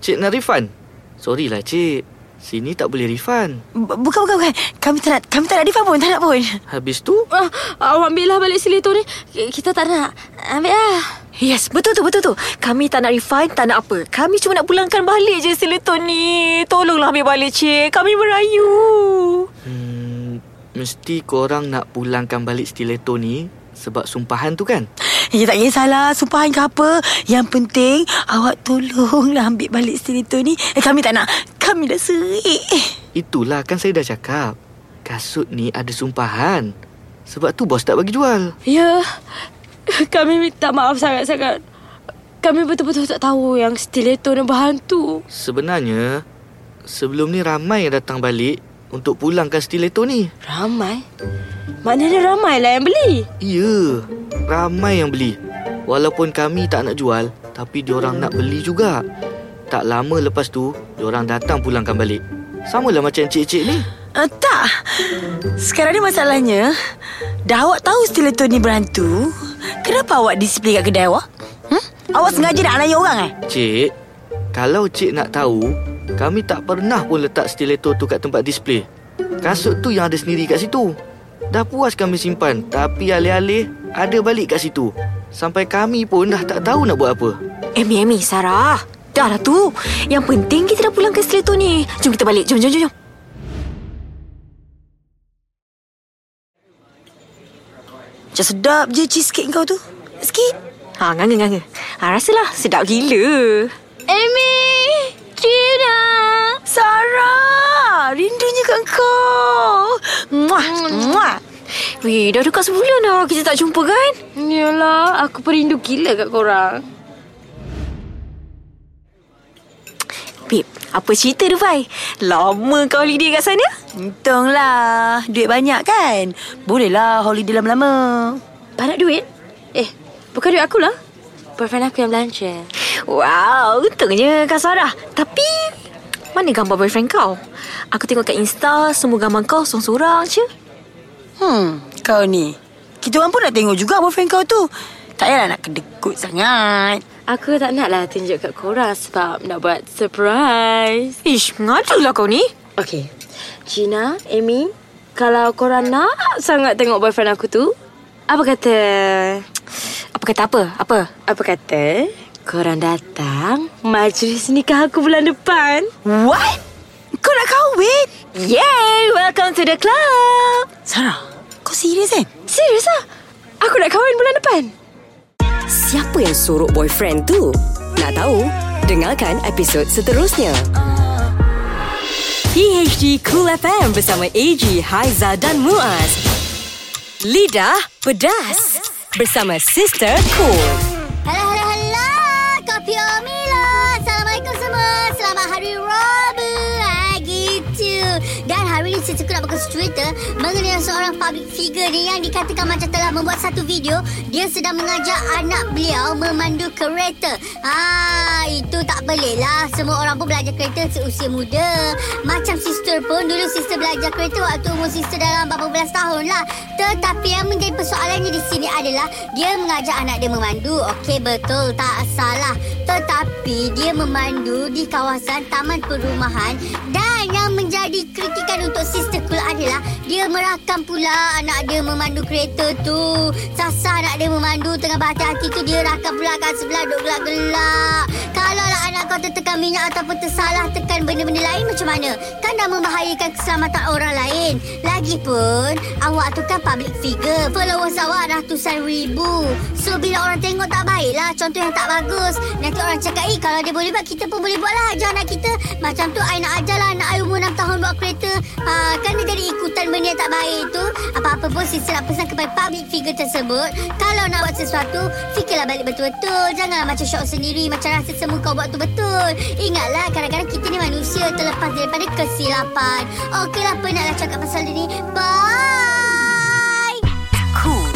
S7: cik nak refund? Sorry lah, cik. Sini tak boleh refund.
S5: B- bukan bukan bukan. Kami tak nak kami tak nak refund pun, tak nak pun.
S7: Habis tu,
S6: Ah, awak ambil lah balik sili tu ni. Ki- Kita tak nak. Ambil lah.
S5: Yes, betul tu, betul tu. Kami tak nak refund, tak nak apa. Kami cuma nak pulangkan balik je sileton ni. Tolonglah ambil balik, cik. Kami merayu.
S7: hmm, mesti korang nak pulangkan balik stiletto ni sebab sumpahan tu kan?
S5: Eh, tak kisahlah. Sumpahan ke apa. Yang penting, awak tolonglah ambil balik sileton ni. Eh, kami tak nak. Kami dah serik.
S7: Itulah kan saya dah cakap. Kasut ni ada sumpahan. Sebab tu bos tak bagi jual.
S6: Ya, kami minta maaf sangat-sangat. Kami betul-betul tak tahu yang stiletto dan berhantu.
S7: Sebenarnya, sebelum ni ramai yang datang balik untuk pulangkan stiletto ni.
S6: Ramai? Maknanya ramai lah yang beli.
S7: Ya, ramai yang beli. Walaupun kami tak nak jual, tapi diorang nak beli juga. Tak lama lepas tu, diorang datang pulangkan balik. Sama lah macam cik-cik ni.
S5: Uh, tak. Sekarang ni masalahnya, dah awak tahu stileton ni berhantu. Kenapa awak display kat kedai awak? Hmm? Awak sengaja nak anayi orang eh?
S7: Cik, kalau cik nak tahu, kami tak pernah pun letak stiletto tu kat tempat display. Kasut tu yang ada sendiri kat situ. Dah puas kami simpan, tapi alih-alih ada balik kat situ. Sampai kami pun dah tak tahu nak buat apa.
S5: Amy, Amy, Eh, Sarah. Dah lah tu. Yang penting kita dah pulang ke Seleto ni. Jom kita balik. Jom, jom, jom. jom. Macam sedap je cheesecake kau tu. Sikit. Ha, nganga, nganga. Ha, rasalah sedap gila.
S6: Amy! Gina!
S5: Sarah, rindunya kat kau. Muah,
S6: Hmm.
S5: muah. Weh, dah dekat sebulan dah kita tak jumpa kan?
S6: Yalah, aku perindu gila kat korang.
S5: Babe, apa cerita Dubai? Lama kau holiday kat sana? Untunglah, duit banyak kan? Bolehlah holiday lama-lama.
S6: Banyak duit? Eh, bukan duit
S5: lah.
S6: akulah. Boyfriend aku yang belanja.
S5: Wow, untungnya Kak Sarah. Tapi, mana gambar boyfriend kau? Aku tengok kat Insta, semua gambar kau sorang-sorang je. Hmm, kau ni. Kita orang pun nak tengok juga boyfriend kau tu. Tak payahlah nak kedekut sangat.
S6: Aku tak naklah tunjuk kat korang sebab nak buat surprise.
S5: Ish, mengadulah kau lah ni.
S6: Okay. Gina, Amy, Kalau korang nak sangat tengok boyfriend aku tu, apa kata...
S5: Apa kata apa? Apa?
S6: Apa kata korang datang majlis nikah aku bulan depan?
S5: What? Kau nak kahwin?
S6: Yay! Welcome to the club!
S5: Sarah, kau serius kan?
S6: Serius lah? Aku nak kahwin bulan depan.
S3: Siapa yang sorok boyfriend tu? Nak tahu? Dengarkan episod seterusnya. PHD Cool FM bersama AG, Haiza dan Muaz. Lidah pedas bersama Sister Cool.
S8: Hello, hello, hello. Kopi Omilo. Assalamualaikum semua. Selamat hari Rabu. Ha, gitu. Dan hari ini saya suka nak berkongsi cerita mengenai seorang public figure ni yang dikatakan macam telah membuat satu video. Dia sedang mengajak anak beliau memandu kereta. Ha, itu tak boleh lah. Semua orang pun belajar kereta seusia muda. Macam sister pun dulu sister belajar kereta waktu umur sister dalam berapa belas tahun lah. Tetapi yang menjadi persoalannya di sini adalah dia mengajak anak dia memandu. Okey betul tak salah. Tetapi dia memandu di kawasan taman perumahan dan yang menjadi kritikan untuk sister cool adalah dia merakam pula anak dia memandu kereta tu. Sasa anak dia memandu tengah berhati-hati tu dia rakam pula kat sebelah duk gelak-gelak. Kalau lah anak kau tertekan minyak ataupun tersalah tekan benda-benda lain macam mana? Kan dah membahayakan keselamatan orang lain. Lagipun, awak tu kan public figure. Followers awak ratusan ribu. So, bila orang tengok tak baik lah. Contoh yang tak bagus. Nanti orang cakap, eh kalau dia boleh buat, kita pun boleh buat lah. Ajar anak kita. Macam tu, I nak ajar lah anak I umur 6 tahun buat kereta. Ha, kan dia jadi ikutan benda yang tak baik tu. Apa-apa pun, sister nak pesan kepada public figure tersebut. Kalau nak buat sesuatu, fikirlah balik betul-betul. Janganlah macam syok sendiri. Macam rasa semua kau buat tu betul. Ingatlah, kadang-kadang kita ni manusia terlepas daripada kesilapan. Okeylah, penatlah cakap pasal dia ni. Bye!
S3: Cool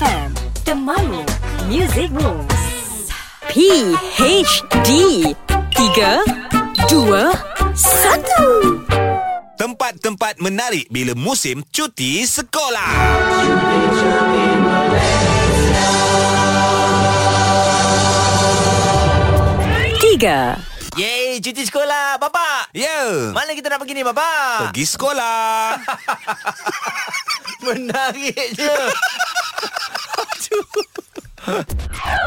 S3: FM. The Mamu Music Rules. PHD 3 2 1
S2: Tempat-tempat menarik bila musim cuti sekolah.
S3: Tiga.
S1: Yeay, cuti sekolah, bapak.
S2: Ya. Yeah.
S1: Mana kita nak pergi ni, bapak?
S2: Pergi sekolah.
S1: Menarik je.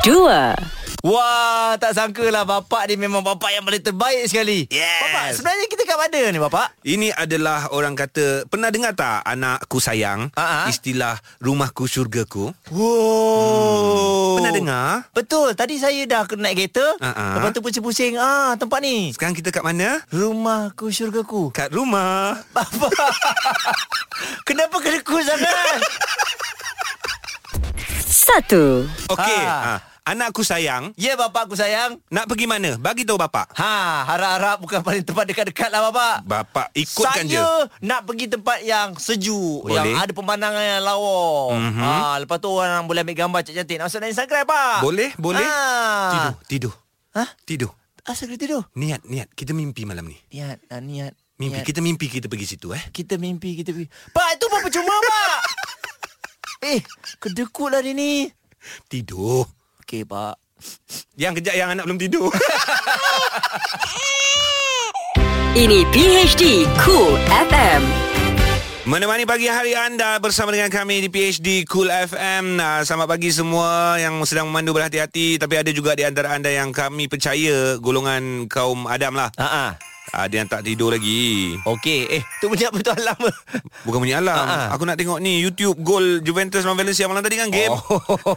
S3: Dua.
S1: Wah, tak sangka lah bapak ni memang bapak yang paling terbaik sekali.
S2: Yes.
S1: Bapak, sebenarnya kita kat mana ni, bapak?
S2: Ini adalah orang kata Pernah dengar tak Anakku sayang
S1: Ha, ha.
S2: Istilah Rumahku syurgaku
S1: Wow.
S2: Pernah dengar
S1: Betul, tadi saya dah kena naik kereta.
S2: Ha, ha.
S1: Lepas tu pusing-pusing. Ah, tempat ni.
S2: Sekarang kita kat mana
S1: Rumahku syurgaku.
S2: Kat rumah
S1: Bapak. Kenapa kena ku sangat?
S3: Satu.
S2: Okey ha.
S1: Ha.
S2: Anakku sayang
S1: ya, bapak aku sayang.
S2: Nak pergi mana Bagi tahu bapak
S1: Ha, harap-harap bukan paling tempat dekat-dekat lah, bapak.
S2: Bapak
S1: Saya
S2: ikutkan je
S1: nak pergi tempat yang sejuk
S2: Boleh.
S1: Yang ada pemandangan yang lawa
S2: Mhm.
S1: ha, Lepas tu orang boleh ambil gambar cantik-cantik Nak masuk dalam Instagram pak
S2: Boleh Boleh
S1: ha.
S2: Tidur Tidur
S1: Hah?
S2: Tidur
S1: Asal kena tidur?
S2: Niat Niat Kita mimpi malam ni
S1: Niat, ah, niat niat.
S2: Mimpi Kita mimpi kita pergi situ eh
S1: Kita mimpi, kita mimpi Pak, itu pun percuma pak Eh, kedekut lah dia ni
S2: Tidur
S1: Okey pak
S2: Yang kejap yang anak belum tidur
S3: Ini PHD Cool FM.
S2: Menemani pagi hari anda bersama dengan kami di PHD Cool FM. Nah, selamat pagi semua yang sedang memandu berhati-hati tapi ada juga di antara anda yang kami percaya golongan kaum Adam lah.
S1: Ha-ha.
S2: Ada yang tak tidur lagi.
S1: Ha, Okey, eh, tu punya apa tu lama
S2: Bukan punya alam.
S1: Ha-ha.
S2: Aku nak tengok ni YouTube gol Juventus lawan Valencia malam tadi kan game.
S1: Oh.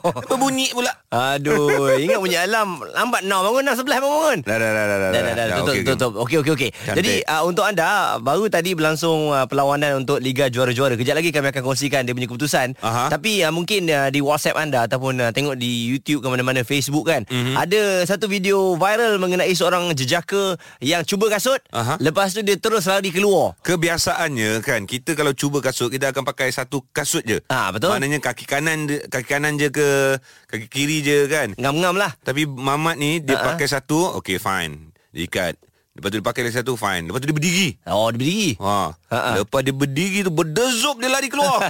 S2: Apa bunyi pula?
S1: Aduh, ingat punya alam Lambat now bangun, now sebelah bangun
S2: Dah dah dah dah
S1: Dah, dah, dah, tutup,
S2: okey,
S1: okay, tutup. Okey, okey, okey.
S2: Cantik.
S1: Jadi uh, untuk anda baru tadi berlangsung uh, perlawanan untuk Liga Juara-Juara. Kejap lagi kami akan kongsikan dia punya keputusan.
S2: Aha.
S1: Tapi uh, mungkin uh, di WhatsApp anda ataupun uh, tengok di YouTube ke mana-mana Facebook kan.
S2: Mhm.
S1: Mm-hmm. Ada satu video viral mengenai seorang jejaka yang cuba kasut,
S2: Aha.
S1: lepas tu dia terus lari keluar.
S2: Kebiasaannya kan kita kalau cuba kasut kita akan pakai satu kasut je.
S1: Ah, betul.
S2: Maknanya kaki kanan dia- kaki kanan je ke kaki kiri je kan.
S1: Ngam-ngam lah.
S2: Tapi Mamat
S1: Ah,
S2: ni dia uh-huh. pakai satu, okay fine. Dia ikat. Lepas tu dia pakai lagi satu, fine. Lepas tu dia berdiri.
S1: Oh, dia berdiri.
S2: Ha.
S1: Ha-ha.
S2: Uh-huh. Lepas dia berdiri tu berdezup dia lari keluar.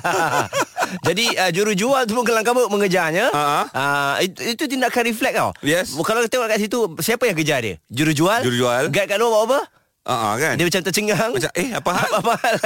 S1: Jadi uh, juru jual tu pun kelang kabut mengejarnya.
S2: Ha-ha.
S1: Uh, itu, itu tindakan refleks tau.
S2: Yes.
S1: Kalau kita tengok kat situ siapa yang kejar dia? Juru jual?
S2: Juru jual.
S1: Guide kat luar buat apa?
S2: Ah, ah, kan?
S1: Dia macam tercengang
S2: Macam, eh, apa hal?
S1: Apa hal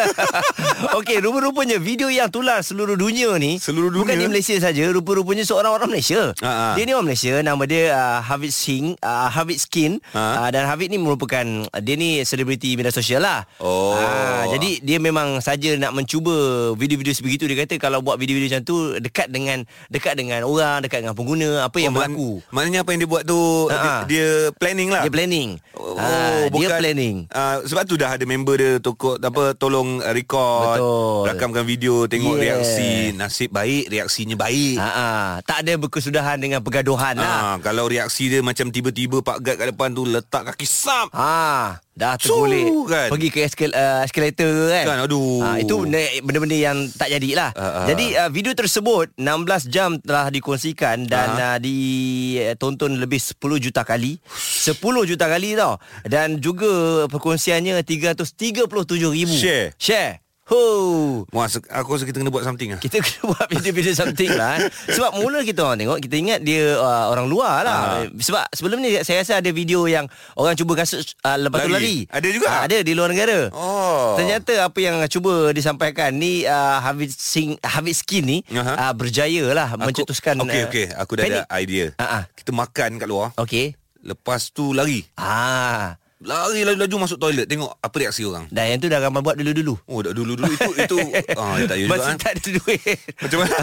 S1: Okey rupa-rupanya Video yang tular seluruh dunia ni
S2: Seluruh dunia?
S1: Bukan di Malaysia saja Rupa-rupanya seorang orang Malaysia
S2: Ah, ah.
S1: Dia ni orang Malaysia Nama dia uh, Hafiz Singh uh, Hafiz Skin
S2: Ah.
S1: uh, Dan Hafiz ni merupakan uh, Dia ni selebriti media sosial lah
S2: Oh.
S1: Ah, Jadi dia memang saja nak mencuba Video-video sebegitu Dia kata kalau buat video-video macam tu Dekat dengan Dekat dengan orang Dekat dengan pengguna Apa yang
S2: Oh,
S1: berlaku
S2: mak- Maknanya apa yang dia buat tu dia,
S1: Ah, ah.
S2: dia planning lah.
S1: Dia planning
S2: Oh,
S1: Ah, Dia
S2: bukan-
S1: planning
S2: Ah, sebab tu dah ada member dia tokok apa tolong ah, record,
S1: Betul.
S2: rakamkan video, tengok
S1: Yeah.
S2: reaksi. Nasib baik reaksinya baik.
S1: Ha, ha. Tak ada berkesudahan dengan pergaduhan ha. lah.
S2: Ah, kalau reaksi dia macam tiba-tiba Pak Gad kat depan tu letak kaki sap.
S1: Ha, dah
S2: Su,
S1: tergolek
S2: kan?
S1: Pergi ke eskal, uh, eskalator kan
S2: Kan, aduh.
S1: ha, Itu benda- benda-benda yang tak jadilah
S2: Ah, ah.
S1: Jadi uh, video tersebut 16 jam telah dikongsikan Dan
S2: Ha.
S1: uh, ditonton lebih 10 juta kali 10 juta kali tau Dan juga perkongsiannya 337 ribu
S2: Share.
S1: Share Ho.
S2: Wah, se- aku rasa kita kena buat something lah.
S1: Kita kena buat video-video something lah eh. Sebab mula kita orang tengok Kita ingat dia uh, orang luar
S2: Ah.
S1: lah Sebab sebelum ni saya rasa ada video yang Orang cuba kasut uh, lepas tu lari
S2: Lari. Ada juga?
S1: Ah, Ada di luar negara
S2: Oh.
S1: Ternyata apa yang cuba disampaikan ni uh, Hafiz Singh Hafiz Skin ni
S2: Aha.
S1: uh, berjaya lah mencetuskan
S2: Okey
S1: ah,
S2: okey, aku dah
S1: panic.
S2: ada idea.
S1: Ah, ah.
S2: Kita makan kat luar.
S1: Okey.
S2: Lepas tu lari.
S1: Ah,
S2: Lari laju-laju masuk toilet tengok apa reaksi orang.
S1: dah yang tu dah ramai buat dulu-dulu.
S2: Oh, dah dulu-dulu itu itu ah tak ya juga.
S1: Masih
S2: eh.
S1: tak ada duit.
S2: Macam mana?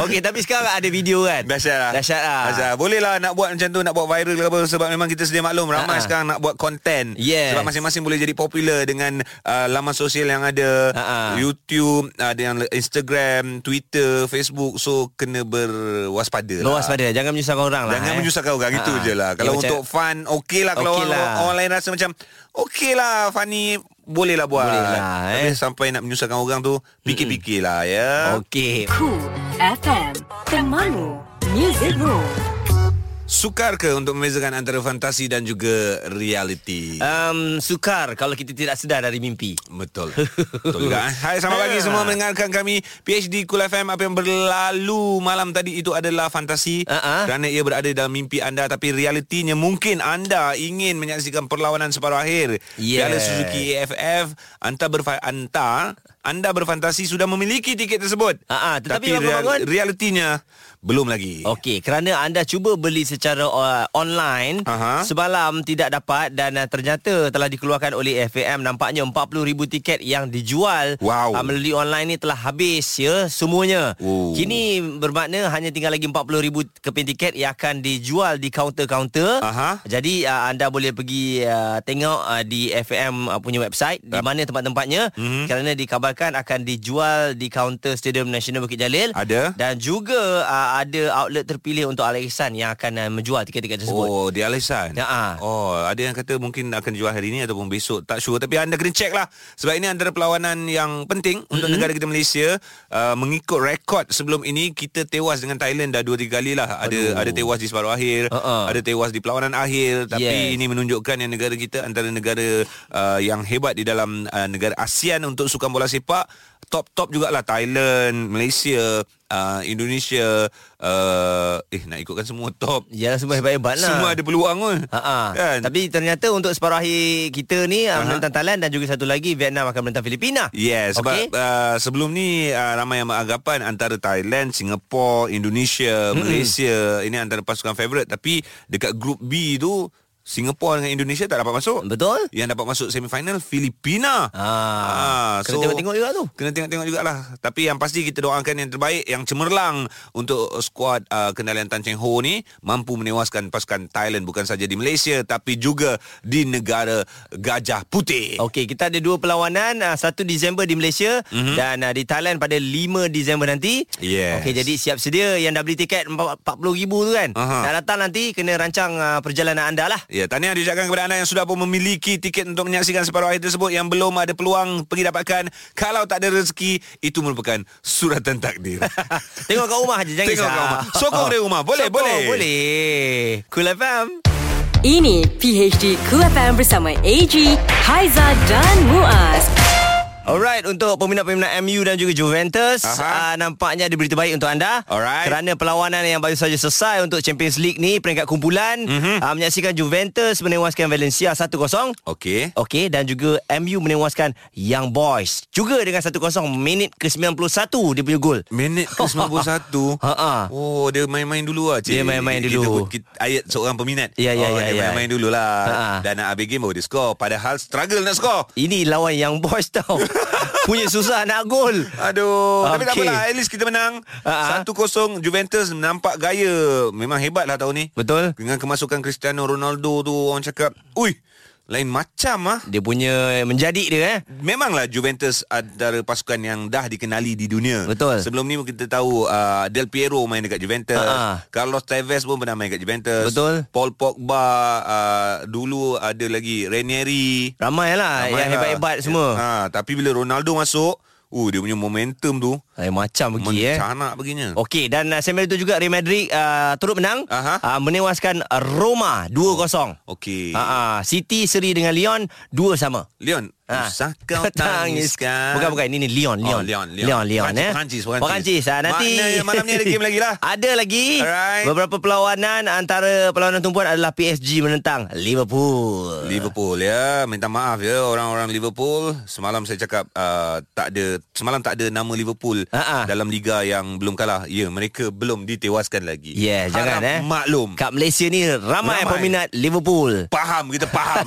S1: Okey, tapi sekarang ada video kan.
S2: Dahsyat lah
S1: Dahsyat lah.
S2: Dahsyat Boleh lah nak buat macam tu Nak buat viral ke apa Sebab memang kita sedia maklum Ramai
S1: Ha-ha.
S2: sekarang nak buat konten
S1: Yes.
S2: Sebab masing-masing boleh jadi popular Dengan uh, laman sosial yang ada
S1: Ha-ha.
S2: YouTube Ada yang Instagram Twitter Facebook So kena berwaspada lah
S1: Luas pada Jangan menyusahkan orang lah
S2: Jangan
S1: eh.
S2: menyusahkan orang Itu
S1: Ha-ha.
S2: je lah Kalau
S1: Ya, macam-
S2: untuk fun Okey lah Kalau
S1: Okey
S2: orang,
S1: lah.
S2: orang lain rasa macam Okey lah Funny Boleh lah buat
S1: Boleh lah,
S2: Tapi
S1: eh.
S2: sampai nak menyusahkan orang tu Fikir-fikir lah ya
S1: Okey
S3: Cool FM Temanmu Music Room
S2: Sukar ke untuk membezakan antara fantasi dan juga reality?
S1: um, Sukar Kalau kita tidak sedar dari mimpi
S2: Betul Betul juga eh? Hai selamat pagi
S1: Ha.
S2: semua Mendengarkan kami PhD Kul FM Apa yang berlalu malam tadi Itu adalah fantasi
S1: Ha-ha.
S2: Kerana ia berada dalam mimpi anda Tapi realitinya Mungkin anda ingin menyaksikan Perlawanan separuh akhir
S1: Yes.
S2: Piala Suzuki AFF Anda, berfa- anda, anda berfantasi Sudah memiliki tiket tersebut
S1: Ha-ha, Ah, tetapi Oh,
S2: Tapi
S1: bangun-bangun-
S2: realitinya Belum lagi
S1: Okey kerana anda cuba beli secara uh, online
S2: Aha.
S1: semalam tidak dapat dan uh, ternyata telah dikeluarkan oleh FAM nampaknya 40,000 tiket yang dijual
S2: Wow.
S1: uh, melalui online ni telah habis ya semuanya.
S2: Oh.
S1: Kini bermakna hanya tinggal lagi 40,000 keping tiket yang akan dijual di kaunter-kaunter.
S2: Aha.
S1: Jadi uh, anda boleh pergi uh, tengok uh, di FAM uh, punya website di mana tempat-tempatnya
S2: Mhm.
S1: mm-hmm. kerana dikabarkan akan dijual di kaunter Stadium Nasional Bukit Jalil.
S2: Ada.
S1: Dan juga uh, ada outlet terpilih untuk Al Ihsan yang akan uh, menjual tiket-tiket tersebut.
S2: Oh, di Alisan.
S1: Ya, ah.
S2: Oh, ada yang kata mungkin akan jual hari ini ataupun besok, tak sure tapi anda kena check lah. Sebab ini antara perlawanan yang penting mm-hmm. untuk negara kita Malaysia. Uh, mengikut rekod sebelum ini kita tewas dengan Thailand dah 2 3 kali lah. Ada Aduh. ada tewas di separuh akhir,
S1: Ah, ah.
S2: ada tewas di perlawanan akhir tapi
S1: Yes.
S2: ini menunjukkan yang negara kita antara negara uh, yang hebat di dalam uh, negara ASEAN untuk sukan bola sepak. Top-top jugalah Thailand, Malaysia, uh, Indonesia, uh, eh nak ikutkan semua top.
S1: Yalah semua hebat-hebat lah.
S2: Semua ada peluang pun.
S1: Ha
S2: Kan?
S1: Tapi ternyata untuk separuh akhir kita ni uh, menentang Thailand dan juga satu lagi Vietnam akan menentang Filipina.
S2: Yeah, sebab
S1: Okey?
S2: okay. uh, sebelum ni uh, ramai yang beranggapan antara Thailand, Singapura, Indonesia, mm-hmm. Malaysia ini antara pasukan favourite tapi dekat grup B tu Singapura dengan Indonesia tak dapat masuk.
S1: Betul?
S2: Yang dapat masuk semifinal Filipina.
S1: Ah, kena tengok-tengok juga tu.
S2: Kena tengok-tengok jugalah. Tapi yang pasti kita doakan yang terbaik, yang cemerlang untuk skuad uh, kendalian Tan Cheng Ho ni mampu menewaskan pasukan Thailand bukan saja di Malaysia tapi juga di negara Gajah
S1: Eh.
S2: Putih.
S1: Okey, kita ada dua perlawanan, ah, 1 Disember di Malaysia mm-hmm. dan ah, di Thailand pada 5 Disember nanti.
S2: Mhm. Yes.
S1: Okey, jadi siap sedia yang dah beli tiket empat- 40,000 tu kan.
S2: Aha.
S1: Nak datang nanti kena rancang ah, perjalanan anda lah.
S2: Ya, tahniah diucapkan kepada anda yang sudah pun memiliki tiket untuk menyaksikan separuh akhir tersebut yang belum ada peluang pergi dapatkan. Kalau tak ada rezeki, itu merupakan suratan takdir.
S1: Tengok kat rumah je jangan
S2: Tengok
S1: risau.
S2: kat rumah. Sokong dari rumah. Boleh,
S1: Sokong,
S2: boleh.
S1: Boleh. Cool FM.
S3: Ini PHD Cool FM bersama AG, Haiza dan Muaz
S1: Alright, untuk peminat-peminat MU dan juga Juventus, uh,
S2: Aha.
S1: nampaknya ada berita baik untuk anda.
S2: Alright.
S1: Kerana perlawanan yang baru saja selesai untuk Champions League ni, peringkat kumpulan,
S2: Mhm.
S1: mm-hmm. uh, menyaksikan Juventus menewaskan Valencia 1-0.
S2: Okey.
S1: Okey, dan juga MU menewaskan Young Boys. Juga dengan 1-0 minit ke-91 dia punya gol.
S2: Minit ke 91
S1: Ha-ha.
S2: Oh dia main-main dulu lah cik.
S1: Ha, Dia main-main
S2: Kita
S1: dulu.
S2: pun- kita, Ayat seorang peminat
S1: Ya, ya,
S2: oh,
S1: ya,
S2: Dia
S1: ya.
S2: main-main dululah
S1: Ha-ha.
S2: Dan nak habis game baru dia score Padahal struggle nak score
S1: Ini lawan Young Boys tau. punya susah nak gol.
S2: Aduh Tapi tak
S1: Okey. Ha,
S2: apalah At least kita menang
S1: Ha-ha.
S2: 1-0 Juventus nampak gaya Memang hebat lah tahun ni
S1: Betul?
S2: Dengan kemasukan Cristiano Ronaldo tu Orang cakap Ui Lain macam ah
S1: Dia punya menjadi dia eh.
S2: Memanglah Juventus antara pasukan yang dah dikenali di dunia.
S1: Betul.
S2: Sebelum ni kita tahu uh, Del Piero main dekat Juventus,
S1: Ha-ha.
S2: Carlos Tevez pun pernah main dekat
S1: Ha,
S2: Juventus.
S1: Betul.
S2: Paul Pogba, uh, dulu ada lagi Ranieri.
S1: Ramai lah
S2: Ramai
S1: yang
S2: lah.
S1: hebat-hebat semua.
S2: Ha, tapi bila Ronaldo masuk, uh dia punya momentum tu
S1: Eh, macam pergi eh.
S2: mencanak baginya.
S1: Okey dan uh, sambil itu juga Real Madrid uh, turut menang
S2: Aha.
S1: uh, menewaskan uh, Roma 2-0.
S2: Okey.
S1: Ha ah, City seri dengan Lyon 2 sama.
S2: Leon,
S1: Ha.
S2: usah kau tangiskan.
S1: Bukan bukan ini ni Lyon Lyon.
S2: Oh, Lyon, Lyon.
S1: Lyon, Lyon
S2: Perancis,
S1: eh.
S2: Perancis, Perancis.
S1: Perancis. Ah, nanti
S2: Maknanya malam ni ada game lagi lah.
S1: ada lagi.
S2: Alright.
S1: Beberapa perlawanan antara perlawanan tumpuan adalah PSG menentang Liverpool.
S2: Liverpool ya Minta maaf ya Orang-orang Liverpool Semalam saya cakap uh, Tak ada Semalam tak ada nama Liverpool
S1: Ha-ha.
S2: Dalam liga yang belum kalah Ya mereka belum ditewaskan lagi
S1: Yeah, jangan
S2: Harap
S1: eh.
S2: maklum
S1: Kat Malaysia ni ramai, ramai.
S2: Ramai.
S1: peminat Liverpool.
S2: Faham kita faham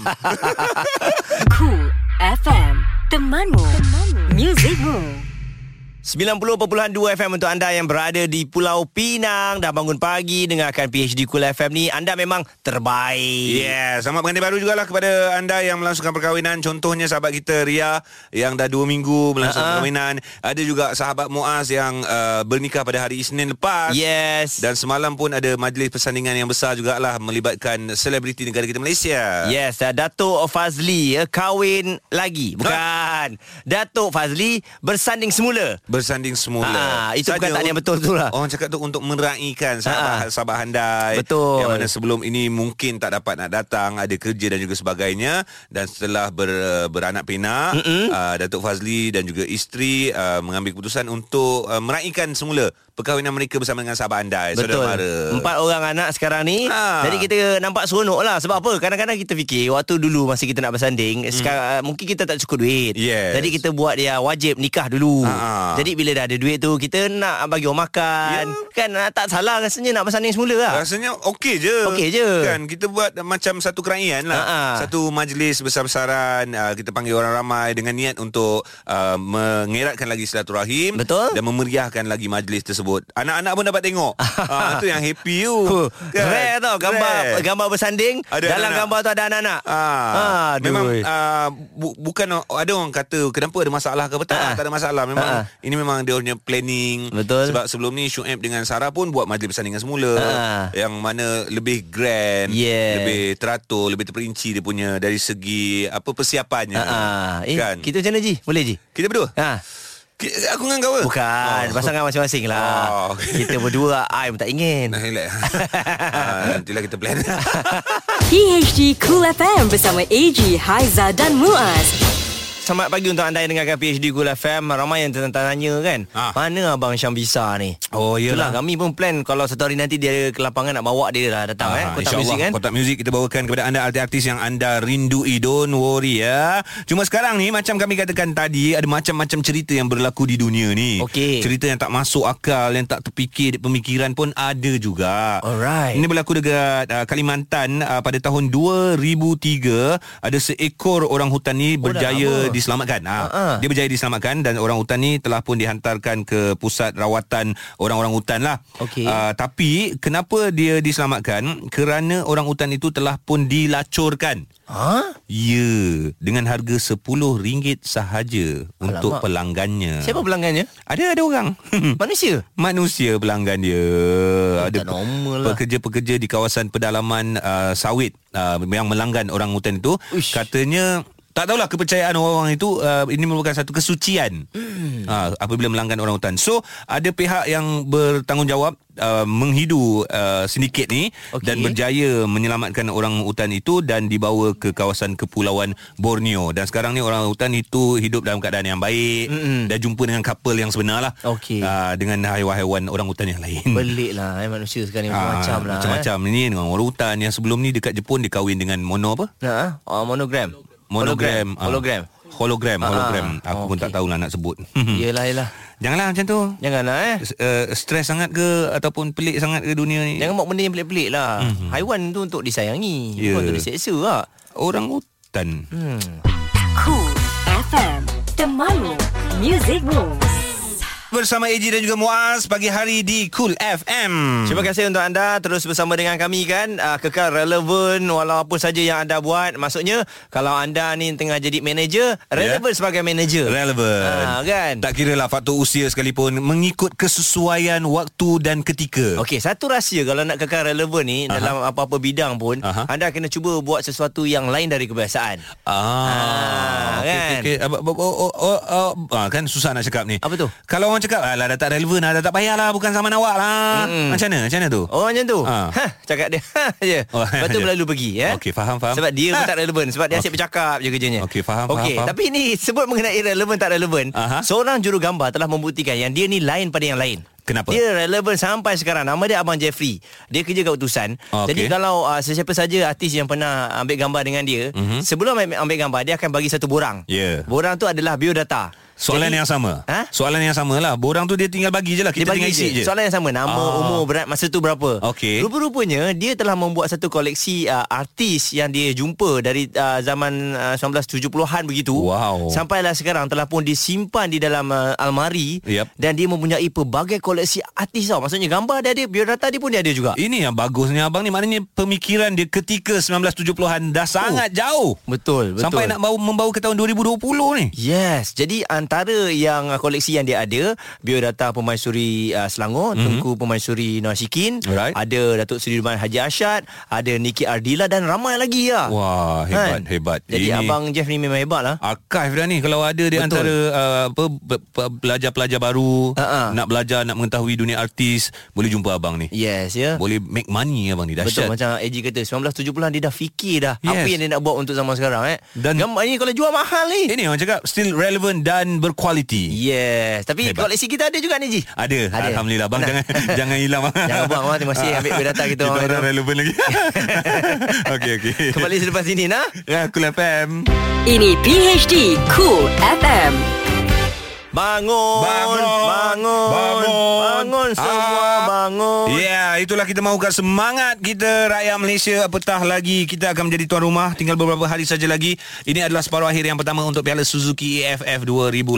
S3: Cool FM Temanmu Musicmu
S1: 90.2 FM untuk anda yang berada di Pulau Pinang Dah bangun pagi dengarkan PHD Cool FM ni Anda memang terbaik
S2: Yeah Ya, Selamat pengantin baru jugalah Kepada anda yang melangsungkan perkahwinan Contohnya sahabat kita Ria Yang dah 2 minggu Melangsungkan
S1: Ha-ha.
S2: uh-huh. perkahwinan Ada juga sahabat Muaz Yang uh, bernikah pada hari Isnin lepas
S1: Yes
S2: Dan semalam pun ada majlis persandingan yang besar jugalah Melibatkan selebriti negara kita Malaysia
S1: Yes, uh, Datuk Fazli uh, kahwin lagi. Bukan. Datuk Fazli bersanding semula.
S2: Bersanding semula.
S1: Ah, itu bukan tak ada yang betul tu lah.
S2: Orang cakap tu untuk meraikan
S1: Ah,
S2: sahabat,
S1: ah.
S2: sahabat handai.
S1: Betul.
S2: Yang mana sebelum ini mungkin tak dapat nak datang, ada kerja dan juga sebagainya. Dan setelah ber, beranak pinak, uh, Datuk Fazli dan juga isteri uh, mengambil keputusan untuk uh, meraikan semula perkahwinan mereka bersama dengan sahabat handai.
S1: Betul.
S2: Saudara mara.
S1: Empat orang anak sekarang ni.
S2: Ha.
S1: Jadi kita nampak seronok lah. Sebab apa? Kadang-kadang kita fikir waktu dulu masa kita nak bersanding, sekarang, uh, mungkin kita tak cukup duit.
S2: Hmm. Yes.
S1: Jadi kita buat dia wajib nikah dulu.
S2: Ha. Ya.
S1: Jadi bila dah ada duit tu, kita nak bagi orang makan. Kan uh, tak salah rasanya nak bersanding semula lah.
S2: Rasanya okey je
S1: Okey je. Ha,
S2: Kan kita buat macam satu keraian lah
S1: Ha-ha.
S2: Satu majlis besar-besaran uh, Kita panggil orang ramai Dengan niat untuk uh, Mengeratkan lagi silaturahim
S1: Betul.
S2: Dan memeriahkan lagi majlis tersebut Anak-anak pun dapat tengok uh, Itu yang happy you
S1: Huh, Rare tau gambar
S2: Oh. Kan? Rare.
S1: gambar bersanding
S2: Ada
S1: dalam
S2: anak-anak.
S1: gambar tu ada anak-anak.
S2: Ah,
S1: Aduh.
S2: memang ah, bu- bukan o- ada orang kata kenapa ada masalah ke apa tak,
S1: Ah.
S2: tak ada masalah memang
S1: Ah.
S2: ini memang dia punya planning
S1: Betul.
S2: sebab sebelum ni Syuib dengan Sarah pun buat majlis persandingan semula
S1: Ah.
S2: yang mana lebih grand
S1: Yes.
S2: lebih teratur lebih terperinci dia punya dari segi apa persiapannya
S1: Ha ah. Eh,
S2: kan
S1: kita macam mana Ji? Boleh Ji?
S2: kita berdua
S1: Ha.
S2: Ki- aku dengan kau ke?
S1: Bukan
S2: oh.
S1: Pasangan masing-masing lah
S2: Oh.
S1: Kita berdua I pun tak ingin
S2: Nah, relax. ah, nantilah kita plan
S3: PHD Cool FM bersama AG, Haiza dan Muaz.
S1: Selamat pagi untuk anda yang dengarkan PhD Cool FM Ramai yang tanya-tanya kan
S2: Ah.
S1: Mana Abang Syambisa ni
S2: Oh,
S1: Itulah
S2: yelah.
S1: kami pun plan Kalau satu hari nanti dia ke lapangan Nak bawa dia lah datang eh Kotak
S2: Ah, InsyaAllah,
S1: muzik kan
S2: Kotak muzik kita bawakan kepada anda artis-artis yang anda rindui. Don't worry ya. Cuma sekarang ni macam kami katakan tadi ada macam-macam cerita yang berlaku di dunia ni.
S1: Okey.
S2: Cerita yang tak masuk akal, yang tak terfikir di pemikiran pun ada juga.
S1: Alright.
S2: Ini berlaku dekat uh, Kalimantan uh, pada tahun 2003 ada seekor orang hutan
S1: Oh,
S2: ni
S1: dah
S2: berjaya
S1: lama.
S2: diselamatkan. Ha.
S1: Ha-ha.
S2: Dia berjaya diselamatkan dan orang hutan ni telah pun dihantarkan ke pusat rawatan orang-orang hutan lah.
S1: Okey.
S2: Ah, Uh, tapi kenapa dia diselamatkan? Kerana orang hutan itu telah pun dilacurkan.
S1: Ha?
S2: Ya, dengan harga RM10 sahaja Alamak. untuk pelanggannya.
S1: Siapa pelanggannya?
S2: Ada ada orang.
S1: Manusia?
S2: Manusia pelanggan dia. ada
S1: tak normal lah.
S2: pekerja-pekerja di kawasan pedalaman uh, sawit uh, yang melanggan orang hutan itu
S1: Uish.
S2: katanya Tak tahulah kepercayaan orang-orang itu uh, ini merupakan satu kesucian hmm. uh, apabila melanggan orang hutan. So ada pihak yang bertanggungjawab uh, menghidu uh, sindiket ni
S1: Okey.
S2: okay. dan berjaya menyelamatkan orang hutan itu dan dibawa ke kawasan kepulauan Borneo. Dan sekarang ni orang hutan itu hidup dalam keadaan yang baik
S1: Mm-mm.
S2: hmm. dan jumpa dengan couple yang sebenar lah
S1: Okey.
S2: uh, dengan haiwan-haiwan orang hutan yang lain.
S1: Pelik lah eh, manusia sekarang ni macam-macam
S2: Hmm. Ah,
S1: lah.
S2: Macam-macam eh. Ni dengan orang hutan Yang sebelum ni dekat Jepun Dia kahwin dengan mono apa?
S1: Eh. Nah, ah, monogram.
S2: Monogram Ah.
S1: Hologram.
S2: Hologram
S1: Ah,
S2: Hologram
S1: ah.
S2: Aku
S1: Okey.
S2: pun
S1: Ya.
S2: tak tahulah nak sebut
S1: Yelah, yelah.
S2: Janganlah macam tu
S1: Janganlah eh.
S2: S- uh, Stres sangat ke Ataupun pelik sangat ke dunia ni
S1: Jangan buat benda yang pelik-pelik lah. Mm-hmm. Haiwan tu untuk disayangi.
S2: Ya.
S1: Bukan untuk diseksa lah.
S2: Orang hutan
S1: Hmm.
S3: Cool FM Temanmu Music Rules
S2: Bersama AJ dan juga Muaz Pagi hari di Cool FM
S1: Terima kasih untuk anda terus bersama dengan kami kan uh, kekal relevan walau apa saja yang anda buat maksudnya kalau anda ni tengah jadi manager relevan yeah. sebagai manager
S2: Relevant
S1: Ah, kan?
S2: Tak kira lah faktor usia sekalipun Mengikut kesesuaian waktu dan ketika
S1: Okey, satu rahsia kalau nak kekal relevan ni Aha. dalam apa-apa bidang pun, Aha.
S2: Aha.
S1: anda kena cuba buat sesuatu yang lain dari kebiasaan. Ah,
S2: Ah, okey,
S1: kan?
S2: okey, okey. Ah, ba- ba- oh, oh, oh, oh, ah, kan susah nak cakap ni.
S1: Apa tu?
S2: Kalau orang cakap alah dah tak relevan lah, dah tak payahlah bukan zaman awak lah.
S1: Mm-mm.
S2: Macam mana? Macam mana tu?
S1: Oh macam tu. Ha.
S2: Ah.
S1: cakap dia ha je.
S2: Oh,
S1: Lepas tu
S2: je.
S1: berlalu pergi ya.
S2: Okey, faham, faham.
S1: Sebab dia pun
S2: Ah.
S1: tak relevan sebab dia asyik
S2: Okey.
S1: bercakap je kerjanya.
S2: Okey, faham, faham,
S1: Okey,
S2: faham.
S1: tapi ni sebut mengenai relevan tak relevan,
S2: Aha.
S1: seorang jurugambar telah membuktikan yang dia ni lain pada yang lain.
S2: Kenapa?
S1: Dia relevan sampai sekarang. Nama dia Abang Jeffrey. Dia kerja kat utusan.
S2: Okey.
S1: Jadi kalau uh, sesiapa saja artis yang pernah ambil gambar dengan dia, mm-hmm. sebelum ambil, ambil gambar dia akan bagi satu borang.
S2: Mhm. Ya.
S1: Borang tu adalah biodata.
S2: Soalan
S1: Jadi-
S2: yang sama.
S1: Ha?
S2: Soalan yang sama lah. Borang tu dia tinggal bagi je lah. Kita
S1: dia bagi
S2: tinggal isi je.
S1: Soalan yang sama Nama,
S2: Ah.
S1: umur, berat Masa tu berapa
S2: Okey.
S1: Rupa-rupanya Dia telah membuat satu koleksi uh, Artis yang dia jumpa Dari uh, zaman uh, 1970-an begitu
S2: Wow.
S1: Sampailah sekarang Telah pun disimpan Di dalam uh, almari
S2: Yap.
S1: Dan dia mempunyai Pelbagai koleksi artis tau Maksudnya gambar dia ada Biodata dia pun dia ada juga
S2: Ini yang bagusnya abang ni. Maknanya pemikiran dia ketika 1970-an dah sangat jauh.
S1: Betul, betul.
S2: Sampai nak bawa, membawa ke tahun 2020 ni.
S1: Yes, jadi antara yang uh, koleksi yang dia ada, biodata Pemaisuri uh, Selangor, mm-hmm. Tunku Pemaisuri Nasikin,
S2: Mhm. Alright.
S1: ada Datuk Seri Rumah Haji Ashad, ada Niki Ardila dan ramai lagi lah.
S2: Wah,
S1: Kan?
S2: hebat, hebat.
S1: Jadi
S2: Ini- Ah.
S1: abang Jeff ni memang hebat lah.
S2: Archive dah ni Kalau ada di
S1: Betul.
S2: antara uh, apa, pe- pe- Pelajar-pelajar baru
S1: Ha-ha.
S2: Nak belajar Nak mengetahui dunia artis Boleh jumpa abang ni
S1: Yes, ya.
S2: Boleh make money abang ni
S1: Betul
S2: Dahsyat
S1: macam AG kata 1970-an dia dah fikir dah yes. apa
S2: Yes.
S1: yang dia nak buat untuk zaman sekarang eh. Dan
S2: Dan- Eh.
S1: gambar ni kalau jual mahal ni.
S2: Ini orang cakap Still relevant dan berkualiti
S1: Yes, tapi
S2: Hebat. Ah,
S1: koleksi kita ada juga ni Ji.
S2: ada. Alhamdulillah Abang jangan jangan hilang abang.
S1: Jangan buang, abang. Terima kasih ambil biodata kita,
S2: Kita
S1: abang.
S2: orang relevan lagi Okey okey
S1: Kembali selepas ini nah.
S2: Ya Kul FM
S3: Ini PHD Cool FM
S1: Bangun Bangun
S2: Bangun
S1: Bangun Semua
S2: Up.
S1: bangun
S2: Ya yeah, itulah kita mahukan semangat kita Rakyat Malaysia Apatah lagi Kita akan menjadi tuan rumah Tinggal beberapa hari saja lagi Ini adalah separuh akhir yang pertama Untuk Piala Suzuki E EFF 2018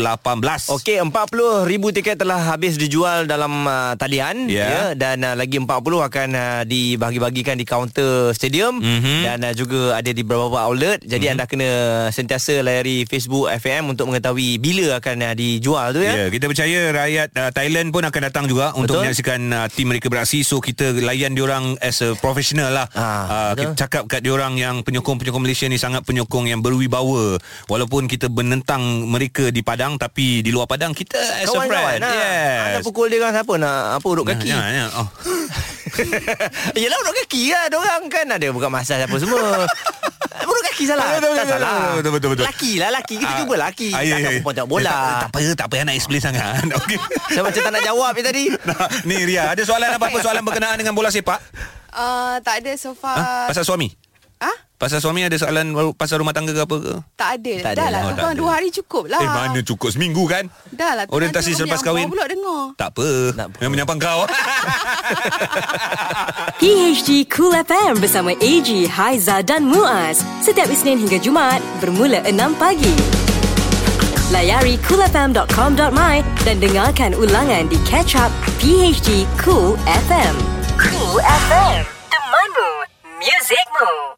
S1: Okey, 40,000 tiket telah habis dijual dalam uh, talian
S2: Ya.
S1: dan uh, lagi 40 akan uh, dibagi-bagikan di kaunter stadium
S2: Mhm.
S1: mm-hmm. dan uh, juga ada di beberapa outlet. Jadi mm-hmm. anda kena sentiasa layari Facebook FAM untuk mengetahui bila akan uh, dijual tu
S2: Ya,
S1: ya.
S2: yeah, kita percaya rakyat uh, Thailand pun akan datang juga Betul. untuk menyaksikan uh, tim mereka beraksi. So kita layan diorang as a professional lah.
S1: Ah,
S2: Ah, uh, kita cakap kat diorang yang penyokong-penyokong Malaysia ni sangat penyokong yang berwibawa. Walaupun kita menentang mereka di padang tapi di luar padang kita as a
S1: Kawan-kawan
S2: friend.
S1: nah. Anda pukul dia kan siapa nak apa urut kaki.
S2: Ya, ya, Oh.
S1: Yelah urut kaki lah Diorang kan ada Bukan masa siapa semua Urut kaki salah
S2: Betul, betul,
S1: Tak
S2: betul,
S1: salah
S2: betul, betul, betul.
S1: Laki lah laki Kita
S2: Ah,
S1: jumpa laki
S2: ah, ya,
S1: Takkan
S2: ya, ya.
S1: perempuan tengok
S2: Eh,
S1: bola
S2: Tak, tak payah, tak payah nak explain sangat. Okey.
S1: lah. Saya macam tak nak jawab je tadi
S2: Nah, ni Ria, ada soalan apa-apa soalan berkenaan dengan bola sepak?
S9: Uh, tak ada so far.
S2: Ha? Pasal suami?
S9: Ah?
S2: Pasal suami ada soalan baru- pasal rumah tangga ke apa ke?
S9: Tak ada.
S1: Tak
S9: Tak
S1: ada
S9: dah
S1: lah.
S9: lah.
S2: Oh, tak
S9: Kurang
S2: ada.
S9: dua hari cukup lah.
S2: Eh mana cukup seminggu kan?
S9: Dah lah. Tengah-tengah
S2: Orientasi selepas kahwin.
S9: menyampah Pula dengar.
S2: Tak apa.
S1: Tak apa.
S2: Yang menyampang kau.
S3: PHD Cool FM bersama AG, Haiza dan Muaz setiap Isnin hingga Jumaat bermula 6 pagi. Layari coolfm.com.my dan dengarkan ulangan di Catch Up PHD Cool FM. Cool FM, temanmu, muzikmu.